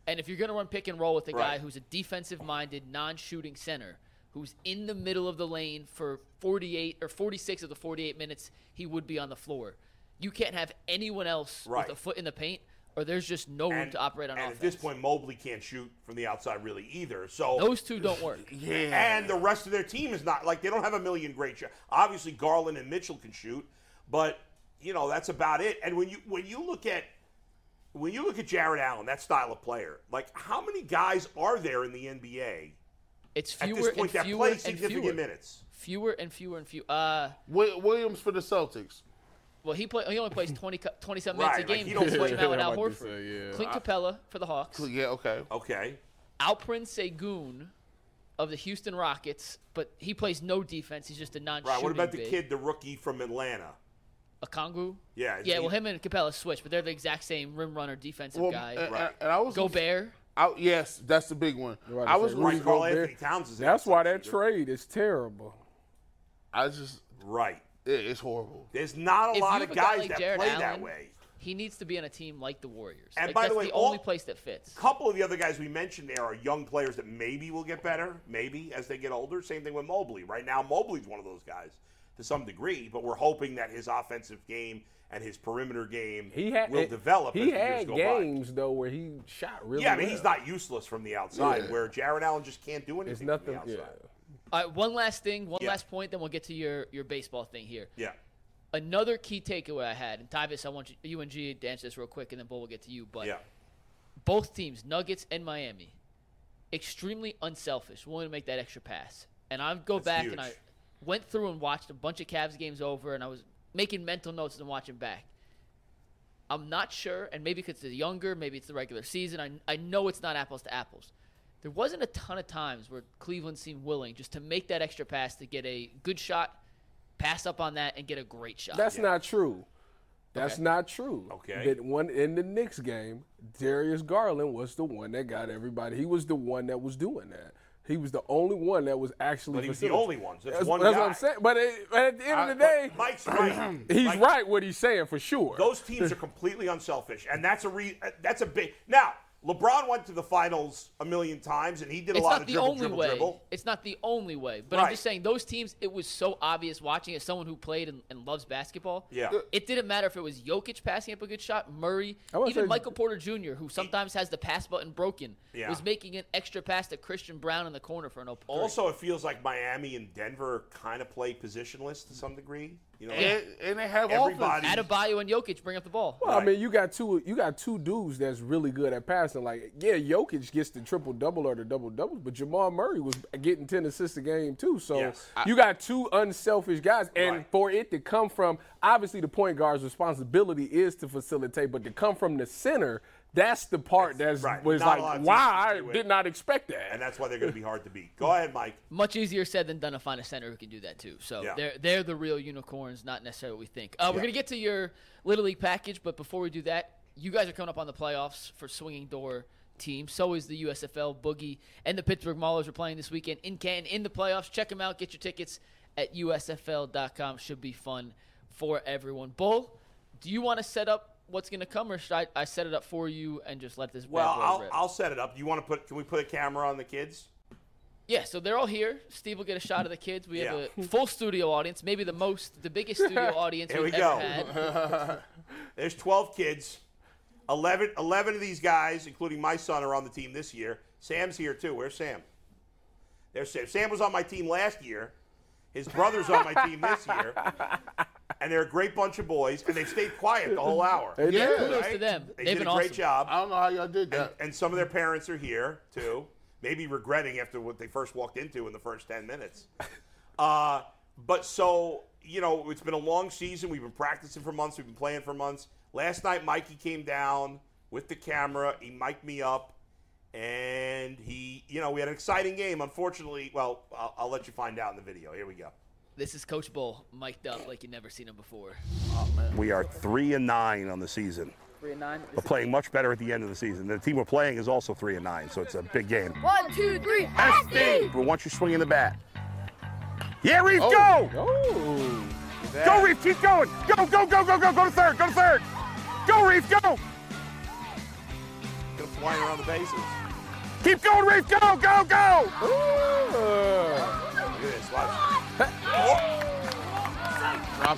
A: And if you're going to run pick and roll with a guy
B: Right.
A: who's a defensive minded, non shooting center, who's in the middle of the lane for 48 or 46 of the 48 minutes he would be on the floor, you can't have anyone else
B: Right.
A: with a foot in the paint, or there's just no room to operate on
B: and
A: offense.
B: at this point, Mobley can't shoot from the outside really either. So
A: those two don't work.
B: and the rest of their team is not like they don't have a million great shots. Obviously, Garland and Mitchell can shoot, but you know that's about it. And when you when you look at when you look at Jared Allen, that style of player, like how many guys are there in the NBA
A: It's
B: at
A: fewer
B: this
A: and
B: point that
A: fewer
B: play
A: and
B: significant
A: fewer.
B: minutes?
A: fewer and fewer and fewer. Uh,
C: Wi- Williams for the Celtics.
A: well, he play, he only plays 20, cu- 27
B: Right,
A: minutes a
B: like,
A: game.
B: he don't
A: because
D: (laughs)
B: play-
A: he's now with
D: Yeah,
A: Al
D: I'm about to
A: Horford.
D: say, yeah.
A: Clint Capella for the Hawks.
C: Yeah, okay.
B: Okay,
A: Alprin Segun of the Houston Rockets, but he plays no defense. He's just a non-shooting.
B: right. What about the
A: big.
B: kid, the rookie from Atlanta?
A: Okongwu?
B: Yeah,
A: Yeah.
B: he-
A: Well, him and Capella switch, but they're the exact same rim runner defensive
C: Well,
A: guy.
C: and,
B: Right.
C: and I was
A: Gobert.
C: I- yes, that's the big one.
D: about
C: I
D: to
C: was
D: say,
B: Right,
D: Rudy
B: Carl
D: Gobert.
B: Anthony Towns is. an
D: That's why
B: outside
D: that
B: shooter.
D: trade is terrible.
C: I just
B: Right.
C: it, it's horrible.
B: There's not a
A: If
B: lot
A: you
B: of
A: have a guy
B: guys
A: like
B: that
A: Jared
B: play that
A: Allen-
B: way.
A: He needs to be on a team like the Warriors.
B: And
A: Like,
B: by
A: that's
B: the way,
A: the
B: all-
A: only place that fits.
B: couple of the other guys we mentioned there are young players that maybe will get better, maybe as they get older. Same thing with Mobley. Right now, Mobley's one of those guys to some degree, but we're hoping that his offensive game and his perimeter game
D: He had
B: will
D: it-
B: develop as
D: He
B: the years
D: had
B: go
D: games though where he shot
B: by.
D: really.
B: Yeah, I mean,
D: well.
B: he's not useless from the outside,
C: Yeah.
B: where Jared Allen just can't do anything.
D: It's
B: From
D: nothing.
B: the outside.
D: Yeah.
A: All right, one last thing, one
B: Yeah.
A: last point, then we'll get to your your baseball thing here.
B: Yeah.
A: Another key takeaway I had, and Tyvis, I want you, you and G to answer this real quick, and then Bull will get to you. But
B: Yeah.
A: both teams, Nuggets and Miami, extremely unselfish, willing to make that extra pass. And I go
B: That's
A: back
B: huge.
A: and I went through and watched a bunch of Cavs games over, and I was making mental notes and watching back. I'm not sure, and maybe because it's younger, maybe it's the regular season. I, I know it's not apples to apples. There wasn't a ton of times where Cleveland seemed willing just to make that extra pass to get a good shot, pass up on that, and get a great shot.
D: That's not true. That's not true.
B: Okay.
D: That one in the Knicks game, Darius Garland was the one that got everybody. He was the one that was doing that. He was the only one that was actually.
B: But he was the
D: facilitating.
B: only one. So that's one
D: what
B: guy.
D: I'm saying. But, it, but at the end of the day,
B: But Mike's
D: (clears throat)
B: right.
D: he's
B: Mike-
D: right what he's saying for sure.
B: Those teams are completely unselfish, and that's a re- uh, that's a big. Now, LeBron went to the finals a million times, and he did a
A: it's
B: lot
A: not
B: of
A: the
B: dribble,
A: only
B: dribble,
A: way.
B: dribble.
A: It's not the only way. But I'm
B: Right.
A: just saying those teams. It was so obvious watching as someone who played and, and loves basketball.
B: Yeah.
A: It didn't matter if it was Jokic passing up a good shot, Murray,
D: I would
A: even
D: say-
A: Michael Porter Jr., who sometimes has the pass button broken,
B: Yeah.
A: was making an extra pass to Christian Brown in the corner for an open. three.
B: Also, it feels like Miami and Denver kind of play positionless to some degree. You know,
C: And, and they have
B: Everybody-
C: offense.
A: Adebayo and Jokic bring up the ball.
D: Well,
B: Right.
D: I mean, you got two. You got two dudes that's really good at passing. Like, yeah, Jokic gets the triple double or the double double, but Jamal Murray was getting ten assists a game too. So
B: Yes.
D: you got two unselfish guys, and
B: Right.
D: for it to come from obviously the point guard's responsibility is to facilitate, but to come from the center, that's the part that's,
B: That's right.
D: was
B: Not a lot
D: like,
B: of
D: wow, I
B: teams can do it.
D: did not expect that.
B: and that's why they're going to be hard to beat. Go ahead, Mike.
A: Much easier said than done to find a center who can do that too. So
B: Yeah.
A: they're they're the real unicorns, not necessarily what we think. Uh, We're gonna get to your little league package, but before we do that, you guys are coming up on the playoffs for swinging door team. So is the USFL Boogie and the Pittsburgh Maulers are playing this weekend in Canton in the playoffs. Check them out. Get your tickets at USFL.com. Should be fun for everyone. Bull, do you want to set up what's gonna come, or should I, I set it up for you and just let this? bad
B: Well,
A: boy
B: I'll,
A: rip?
B: I'll set it up. Do you want to put? Can we put a camera on the kids?
A: Yeah, so they're all here. Steve will get a shot of the kids. We have
B: Yeah.
A: a full studio audience, maybe the most, the biggest
B: (laughs)
A: studio audience
B: Here
A: we've
B: we
A: ever
B: go. (laughs)
A: had.
B: There's 12 kids. 11, 11 of these guys, including my son, are on the team this year. Sam's here too. Where's Sam? There's Sam. Sam was on my team last year, His brother's on my team this year, and they're a great bunch of boys, and they've stayed quiet the whole hour.
D: Hey,
C: Yeah.
D: yeah.
A: Kudos to them.
B: They
A: They've
B: did
A: been
B: a great
A: awesome.
B: job.
C: I don't know how y'all did
B: And,
C: that.
B: and some of their parents are here too, maybe regretting after what they first walked into in the first 10 minutes. Uh, but so, you know, it's been a long season. We've been practicing for months, we've been playing for months. Last night, Mikey came down with the camera, he mic'd me up. And he, you know, we had an exciting game. Unfortunately, well, I'll, I'll let you find out in the video. Here we go.
A: This is Coach Bull, mic'd up like you've never seen him
B: (laughs)
A: before.
B: We are three and nine on the season.
G: Three and nine.
B: We're playing much better at the end of the season. The team we're playing is also three and nine, so it's a big game.
G: One, two, three.
B: But once you're swinging the bat, yeah, Reef,
C: Oh.
B: go! Go, Reef, keep going! Go, go, go, go, go, go to third, go to third! Go, Reef, go! Gonna fly around the bases. Keep going, Reef, go, go, go!
D: Oh.
B: Look at this, watch.
C: Drop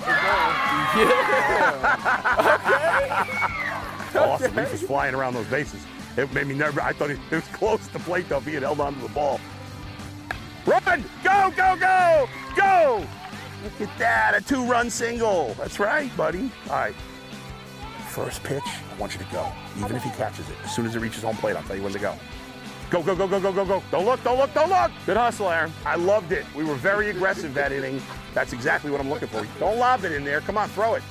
C: the
B: (laughs)
C: ball.
B: Awesome, Reef was flying around those bases. It made me nervous. I thought it, it was close to the plate, though, if he had held on to the ball. Run! Go, go, go! Go! Look at that, a two run single. That's right, buddy. All right. First pitch, I want you to go. Even if he catches it, as soon as it reaches home plate, I'll tell you when to go. Go, go, go, go, go, go, go. Don't look, don't look, don't look. Good hustle, Aaron. I loved it. We were very aggressive that inning. That's exactly what I'm looking for. Don't lob it in there. Come on, throw it.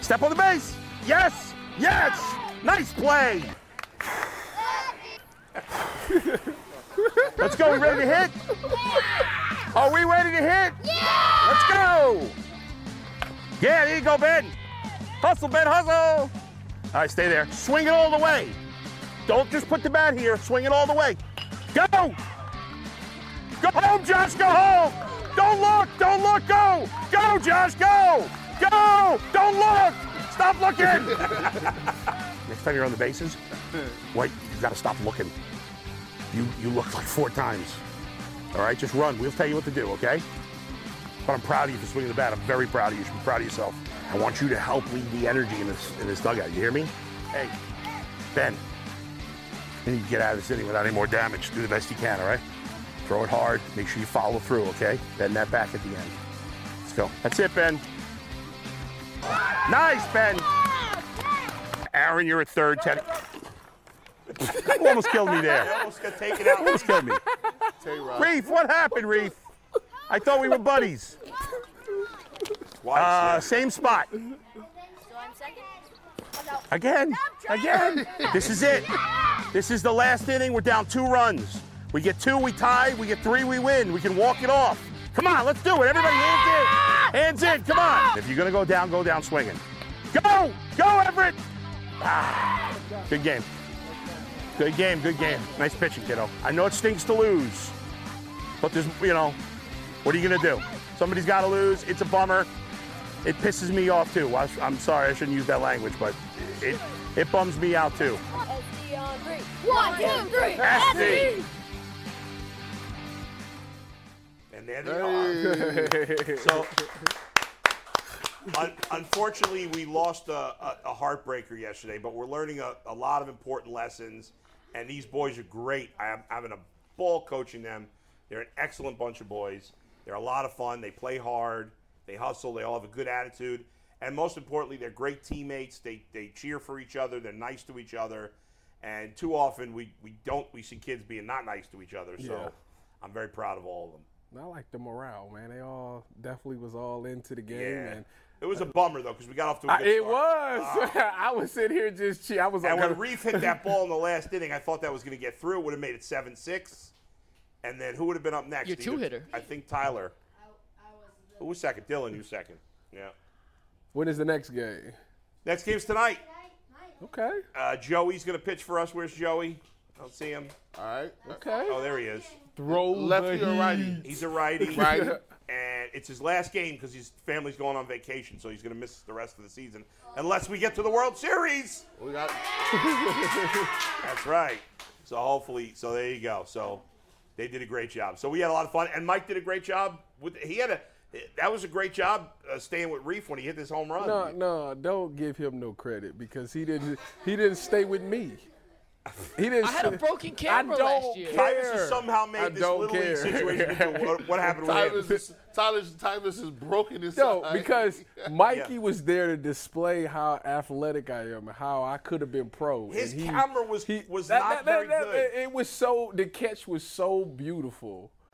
B: Step on the base. Yes, yes. Nice play. Let's go. We ready to hit? Are we ready to hit? Yeah. Let's go. Yeah, there you go, Ben. Hustle, Ben, hustle. All right, stay there. Swing it all the way. Don't just put the bat here. Swing it all the way. Go. Go home, Josh. Go home. Don't look. Don't look. Go. Go, Josh. Go. Go. Don't look. Stop looking. (laughs) Next time you're on the bases, wait, you got to stop looking. You you look like four times. All right, just run. We'll tell you what to do, okay? But I'm proud of you for swinging the bat. I'm very proud of you. You should be proud of yourself. I want you to help lead the energy in this in this dugout. You hear me? Hey, Ben. You need to get out of this inning without any more damage. Do the best you can, all right? Throw it hard. Make sure you follow through, okay? Bend that back at the end. Let's go. That's it, Ben. Nice, Ben. Aaron, you're at third. Ted. (laughs) You almost killed me there. almost got taken out. Almost killed me.
C: Tay Rod.
B: Reef, what happened, Reef? I thought we were buddies. Uh, same spot.
G: So I'm second.
B: Again. Again. This is it. This is the last inning. We're down two runs. We get two, we tie. We get three, we win. We can walk it off. Come on, let's do it. Everybody, hands in. Hands in. Come on. If you're going to go down, go down swinging. Go. Go, Everett. Ah, good game. Good game. Good game. Nice pitching, kiddo. I know it stinks to lose, but there's, you know, what are you going to do? Somebody's got to lose. It's a bummer it pisses me off too. I, am sorry, I shouldn't use that language, but it it bums me out too.
G: SD on three. One, two, three.
B: SD. And there they are. so, un- unfortunately, we lost a, a, a heartbreaker yesterday, but we're learning a, a lot of important lessons. And these boys are great. I am having a ball coaching them. They're an excellent bunch of boys. They're a lot of fun. They play hard. They hustle. They all have a good attitude. And most importantly, they're great teammates. They, they cheer for each other. They're nice to each other. And too often we, we don't we see kids being not nice to each other. So
D: Yeah.
B: I'm very proud of all of them.
D: I like the morale, man. They all definitely was all into the game,
B: Yeah.
D: and
B: It was a bummer though because we got off to a
D: I,
B: good
D: it
B: start. Ah.
D: was. (laughs) I was sitting here just cheating. I was
B: And
D: like,
B: when Reef hit that ball in the last inning, I thought that was going to get through. It would have made it seven six, and then who would have been up next?
A: Your two-hitter.
B: I think Tyler. Who was second? Dylan, you second. Yeah.
D: when is the next game?
B: Next game's tonight.
D: Okay,
B: Uh, Joey's going to pitch for us. Where's Joey? Don't see him.
C: All right.
D: okay.
B: (laughs) Oh, there he is.
D: Throw
C: Lefty
D: the
C: or
D: heat.
C: righty?
B: He's a
D: (laughs)
B: righty.
C: Righty.
B: And it's his last game because his family's going on vacation, so he's going to miss the rest of the season unless we get to the World Series.
C: We got
B: That's right. So hopefully, so there you go. So they did a great job. So we had a lot of fun, and Mike did a great job with. He had a that was a great job uh, staying with Reef when he hit this home run.
D: No, no, don't give him no credit because he didn't. He didn't stay with me. He didn't.
A: I had a
D: say-
A: broken
D: I
A: camera last
D: don't
A: year.
D: care.
B: Tyvus has somehow
D: I
B: made this
D: don't
B: little league
D: care.
B: situation
D: (laughs)
B: into what, what happened with him.
C: Tyvus is, Tyler's, Tyvus is broken inside.
D: No, because Mikey was there to display how athletic I am, and how I could have been pro.
B: His
D: and
B: camera was- was not very good.
D: It was so the catch was so beautiful.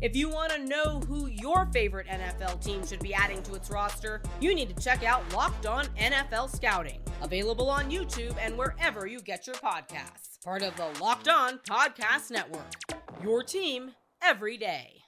E: If you want to know who your favorite NFL team should be adding to its roster, you need to check out Locked On NFL Scouting, available on YouTube and wherever you get your podcasts. Part of the Locked On Podcast Network. Your team every day.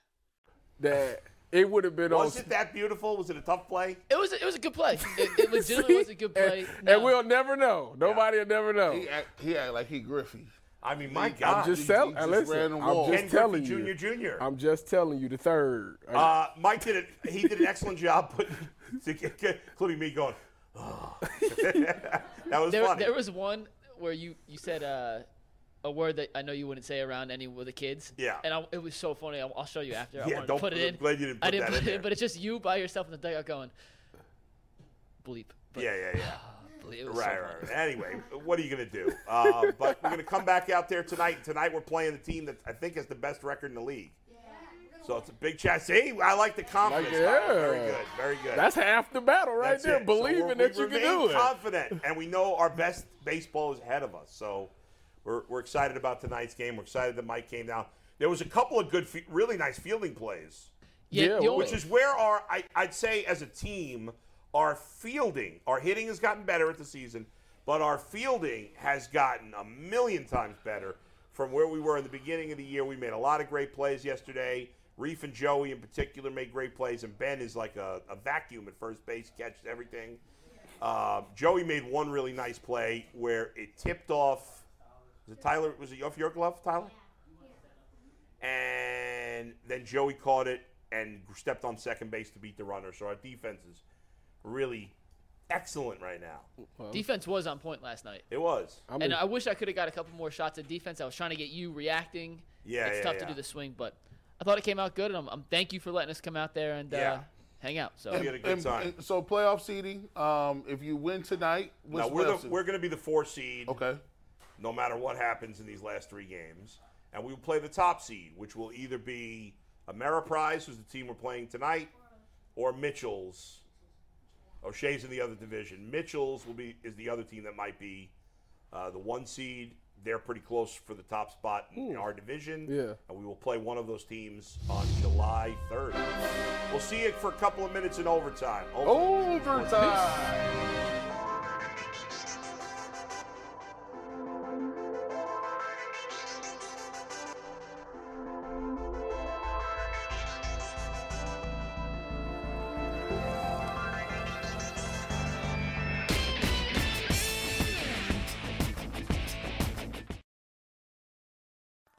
D: That it would have been
B: Was
D: on.
B: it that beautiful? Was it a tough play?
A: It was it was a good play. It,
B: (laughs)
A: it legitimately was a good play.
D: And,
A: No.
D: and we'll never know. Nobody will never know.
C: He act, he act like he Griffey.
B: I mean, my
C: I'm
B: God.
D: just
C: he-
D: telling.
C: he just
D: listen,
C: ran the
D: I'm
C: wall.
D: just
B: Ken
D: telling
B: Griffey
D: you.
B: Jr. Jr.
D: I'm just telling you the third.
B: Uh, Mike did it. He did an excellent job, putting, to get- get- including me going. (laughs) that was
A: there,
B: funny.
A: there was one where you you said uh, a word that I know you wouldn't say around any of the kids.
B: Yeah.
A: And I, it was so funny. I'll, I'll show you after. I
B: Yeah,
A: wanted
B: don't
A: to put
B: put
A: it
B: it-
A: in.
B: I'm glad you didn't
A: I
B: put
A: didn't
B: that
A: put
B: in
A: it
B: there.
A: in, but it's just you by yourself in the dugout going bleep. But
B: yeah, yeah, yeah.
A: bleep, it was so
B: Right,
A: funny.
B: right, right. Anyway, what are you going to do?
D: (laughs)
B: Uh, but we're going to come back out there tonight. Tonight we're playing the team that I think has the best record in the league. So it's a big chance. See, I like the confidence.
D: Like,
B: Tyler.
D: yeah.
B: Very good. Very good.
D: That's half the battle right
B: That's
D: there.
B: it. So
D: Believing
B: we're-
D: that
B: we
D: you can
B: remain
D: do it.
B: Confident, and we know
D: (laughs)
B: our best baseball is ahead of us. So we're, we're excited about tonight's game. We're excited that Mike came down. There was a couple of good, fe- really nice fielding plays,
A: Yeah,
D: Yeah,
A: the only-
B: which (laughs) is where our I, I'd say as a team, our fielding, our hitting has gotten better at the season, but our fielding has gotten a million times better from where we were in the beginning of the year. We made a lot of great plays yesterday. Reef and Joey in particular made great plays, and Ben is like a, a vacuum at first base, catches everything. Uh, Joey made one really nice play where it tipped off. Was it Tyler? Was it off your glove, Tyler? And then Joey caught it and stepped on second base to beat the runner. So our defense is really excellent right now.
A: defense was on point last night.
B: It was.
C: Uh,
D: I mean,
A: And I wish I could have got a couple more shots at defense. I was trying to get you reacting.
B: Yeah,
A: it's
B: yeah,
A: tough to
B: yeah.
A: do the swing, but I thought it came out good. And I'm, I'm thank you for letting us come out there and uh,
B: Yeah.
A: hang out. So
B: We had a good
C: And-
B: time.
C: and so playoff seeding. Um, if you win tonight,
B: Now
C: what's
B: we're
C: playoff
B: the,
C: seeding?
B: we're going to be the four seed,
C: okay.
B: no matter what happens in these last three games, and we will play the top seed, which will either be Ameriprise, who's the team we're playing tonight, or Mitchell's. O'Shea's in the other division. Mitchell's will be is the other team that might be uh, the one seed. They're pretty close for the top spot in our division.
D: Yeah.
B: And we will play one of those teams on July 3rd. We'll see you for a couple of minutes in overtime. Over.
C: Overtime.